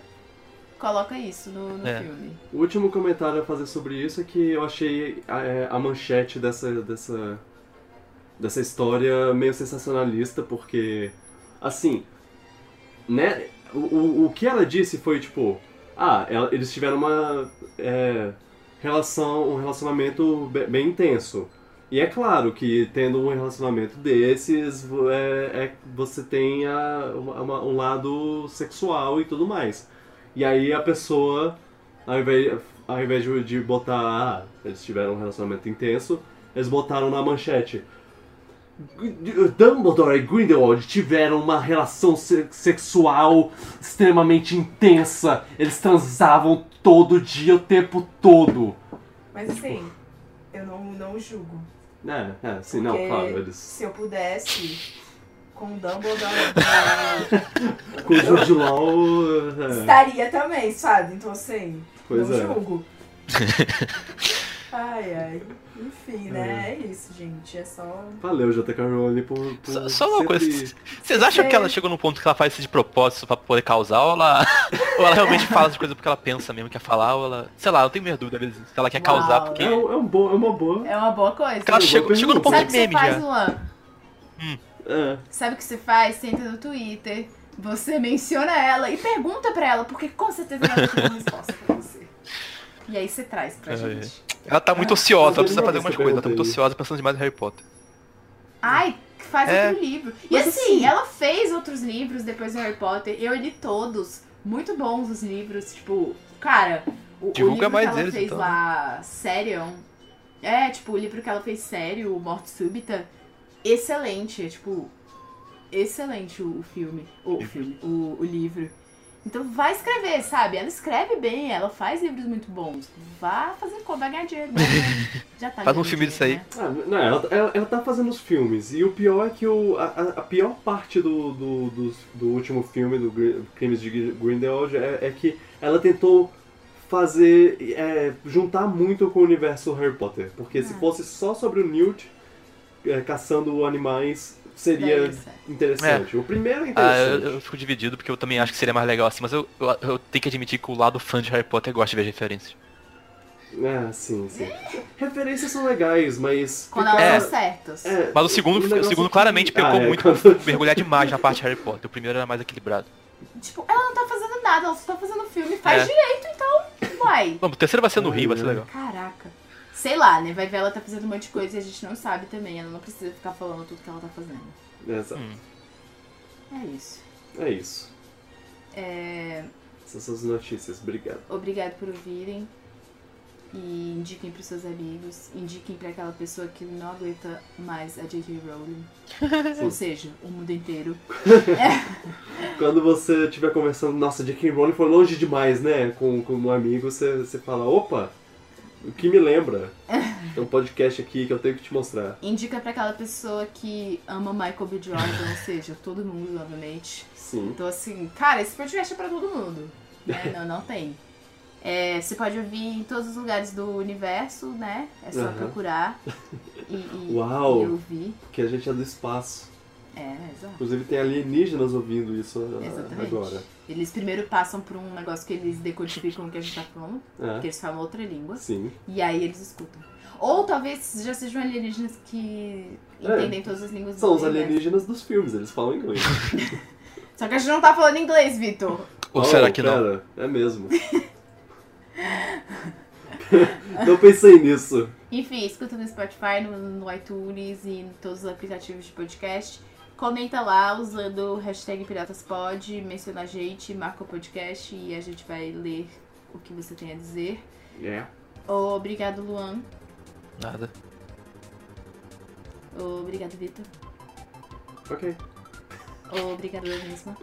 Coloca isso no, no É. filme. O último comentário a fazer sobre isso é que eu achei a, é, a manchete dessa, dessa, dessa história meio sensacionalista, porque, assim, né, o, o, o que ela disse foi tipo. Ah, ela- eles tiveram uma. é, relação, um relacionamento be- bem intenso. E é claro que tendo um relacionamento desses, vo- é, é- você tem a- uma- uma- um lado sexual e tudo mais. E aí a pessoa, ao invés, ao invés de- de botar, ah, eles tiveram um relacionamento intenso, eles botaram na manchete. Gr- Dumbledore e Grindelwald tiveram uma relação se- sexual extremamente intensa. Eles transavam todo dia, o tempo todo. Mas assim, eu não, não julgo. É, é, sim, não, Porque claro, eles. Se eu pudesse, com o Dumbledore, Com o Jude Law, eu é, estaria também, sabe? Então assim, Pois não é. julgo. ai, ai. Enfim, né? É isso, gente. É só. Valeu, JK Rowling, por. por Só, só uma coisa, sempre- c- vocês acham É. que ela chegou num ponto que ela faz isso de propósito pra poder causar, ou ela, ou ela realmente fala as coisas porque ela pensa mesmo que quer falar, ou ela. Sei lá, eu tenho minha dúvida, às vezes, se ela quer causar, Uau. porque. É, um- é um bom, é uma boa. É uma boa coisa. porque ela Eu chegou, vou chegou no ponto perguntar. Sabe o que você de meme faz, já. Luan? É. Sabe o que você faz? Você entra no Twitter, você menciona ela e pergunta pra ela, porque com certeza ela tem uma resposta pra você. E aí você traz pra É, gente. Ela tá muito ociosa, eu ela precisa lembro fazer disso algumas que eu coisas, ela tá muito perguntei. ociosa pensando demais em Harry Potter. Ai, faz É. outro livro. E Mas assim, assim- ela fez outros livros depois do Harry Potter. Eu li todos. Muito bons os livros. Tipo, cara, o, o Divulga livro mais que ela eles, fez então. lá, Sério. É, tipo, o livro que ela fez sério, o Morte Súbita. Excelente. É, tipo, excelente o, o filme. O, o filme, o, o livro. Então vai escrever, sabe? Ela escreve bem, ela faz livros muito bons. Vá fazer como, vai ganhar dinheiro. né? Já tá Faz um ganhando filme disso dinheiro, aí. Ah, não, ela, ela, ela tá fazendo os filmes. E o pior é que o, a, a- a pior parte do, do, do, do último filme, do Gr- Crimes de Gr- Grindelwald, é, é que ela tentou fazer. é, juntar muito com o universo Harry Potter. Porque se Ah. fosse só sobre o Newt é, caçando animais, né? seria Daí isso é. interessante. O primeiro é Ah, interessante. eu, eu fico dividido porque eu também acho que seria mais legal assim, mas eu, eu, eu tenho que admitir que o lado fã de Harry Potter gosta de ver as referências. Ah, sim, sim. Referências são legais, mas. Quando ficar- elas são certas. é, Mas o segundo, o negócio segundo que- claramente pecou Ah, é, muito quando- por mergulhar demais na parte de Harry Potter. O primeiro era mais equilibrado. Tipo, ela não tá fazendo nada, ela só tá fazendo filme, faz É. direito, então vai. Não, o terceiro vai ser no Ah, Rio, vai ser é. legal. Caraca. Sei lá, né? Vai ver ela tá fazendo um monte de coisa e a gente não sabe também. Ela não precisa ficar falando tudo que ela tá fazendo. Exato. Hum. É isso. É isso. É, Essas são as notícias. Obrigado. Obrigado por ouvirem. E indiquem pros seus amigos. Indiquem pra aquela pessoa que não aguenta mais a J.K. Rowling. Ou seja, o mundo inteiro. Quando você estiver conversando, nossa, J.K. Rowling foi longe demais, né? Com, com um amigo, você, você fala, opa, o que me lembra? Tem um podcast aqui que eu tenho que te mostrar. Indica pra aquela pessoa que ama Michael B. Jordan. Ou seja, todo mundo, novamente. Sim. Então, assim, cara, esse podcast é pra todo mundo. né? Não, não tem. É, você pode ouvir em todos os lugares do universo, né? É só Aham. procurar e, e, Uau. e ouvir. Porque a gente é do espaço. É, exato. Inclusive tem alienígenas ouvindo isso ah, Exatamente. agora. Eles primeiro passam por um negócio que eles decodificam o que a gente tá falando, porque É. eles falam outra língua, Sim. e aí eles escutam. Ou talvez já sejam alienígenas que É. entendem todas as línguas São os do universo. alienígenas dos filmes, eles falam inglês. Só que a gente não tá falando inglês, Vitor. Ou Oh, será que não? pera, É mesmo. não pensei nisso. Enfim, escuta no Spotify, no, no iTunes e em todos os aplicativos de podcast. Comenta lá usando o hashtag PiratasPod, menciona a gente, marca o podcast e a gente vai ler o que você tem a dizer. É. Obrigado, Luan. Nada. Obrigado, Vitor. Ok. Obrigado, eu mesma.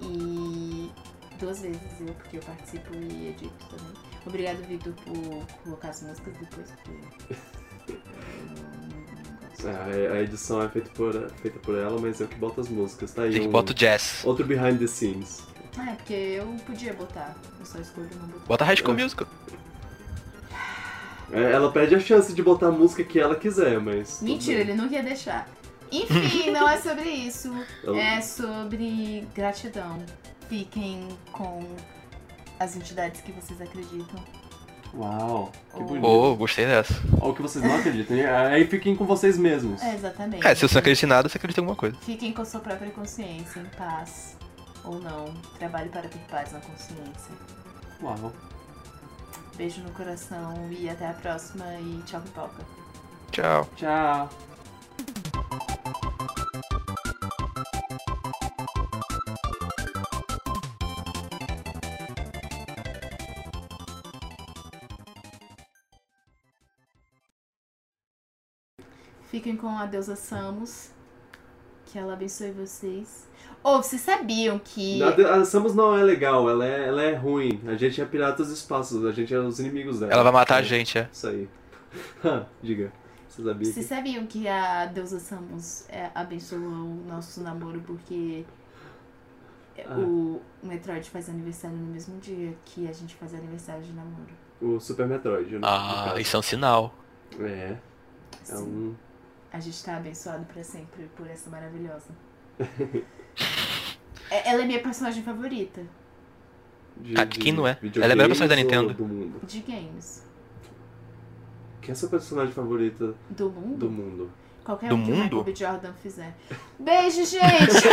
E duas vezes eu, porque eu participo e edito também. Obrigado, Vitor, por colocar as músicas depois, porque eu não, não gosto. É, a- a edição é feita por, feita por ela, mas eu que boto as músicas. Tá aí Tem que um- botar o jazz. Outro behind the scenes. Ah, é porque eu podia botar. Eu só escolho não botar. Bota High School Musical. É, Ela perde a chance de botar a música que ela quiser, mas. tudo Mentira, bem. ele nunca ia deixar. Enfim, não é sobre isso. Ela- É sobre gratidão. Fiquem com as entidades que vocês acreditam. Uau, que Oh. bonito. Oh, gostei dessa. Olha o que vocês não acreditam. hein? Aí fiquem com vocês mesmos. É, exatamente. É, se você não acredita em nada, você acredita em alguma coisa. Fiquem com sua própria consciência, em paz. Ou não. Trabalho para ter paz na consciência. Uau. Beijo no coração e até a próxima e tchau pipoca. Tchau. Tchau. Fiquem com a deusa Samus. Que ela abençoe vocês. Ou vocês sabiam que. Nada- A Samus não é legal, ela é, ela é ruim. A gente é piratas do espaço, a gente é os inimigos dela. Ela vai matar a gente, é. Isso aí. Ah, Diga. Você sabia Vocês que... sabiam que a deusa Samus é, abençoou o nosso namoro porque é, Ah. o Metroid faz aniversário no mesmo dia que a gente faz aniversário de namoro. O Super Metroid, né? no Ah, caso. isso é um sinal. É, é Sim. um... Assim, A gente tá abençoado pra sempre por essa maravilhosa. É- Ela é minha personagem favorita De, Ah, de quem não é? videogames Ela é a melhor personagem da ou Nintendo. Do mundo. de games. Quem é a sua personagem favorita Do mundo? do mundo? Qualquer Do um que o Michael mundo? B. Jordan fizer. Beijo, gente!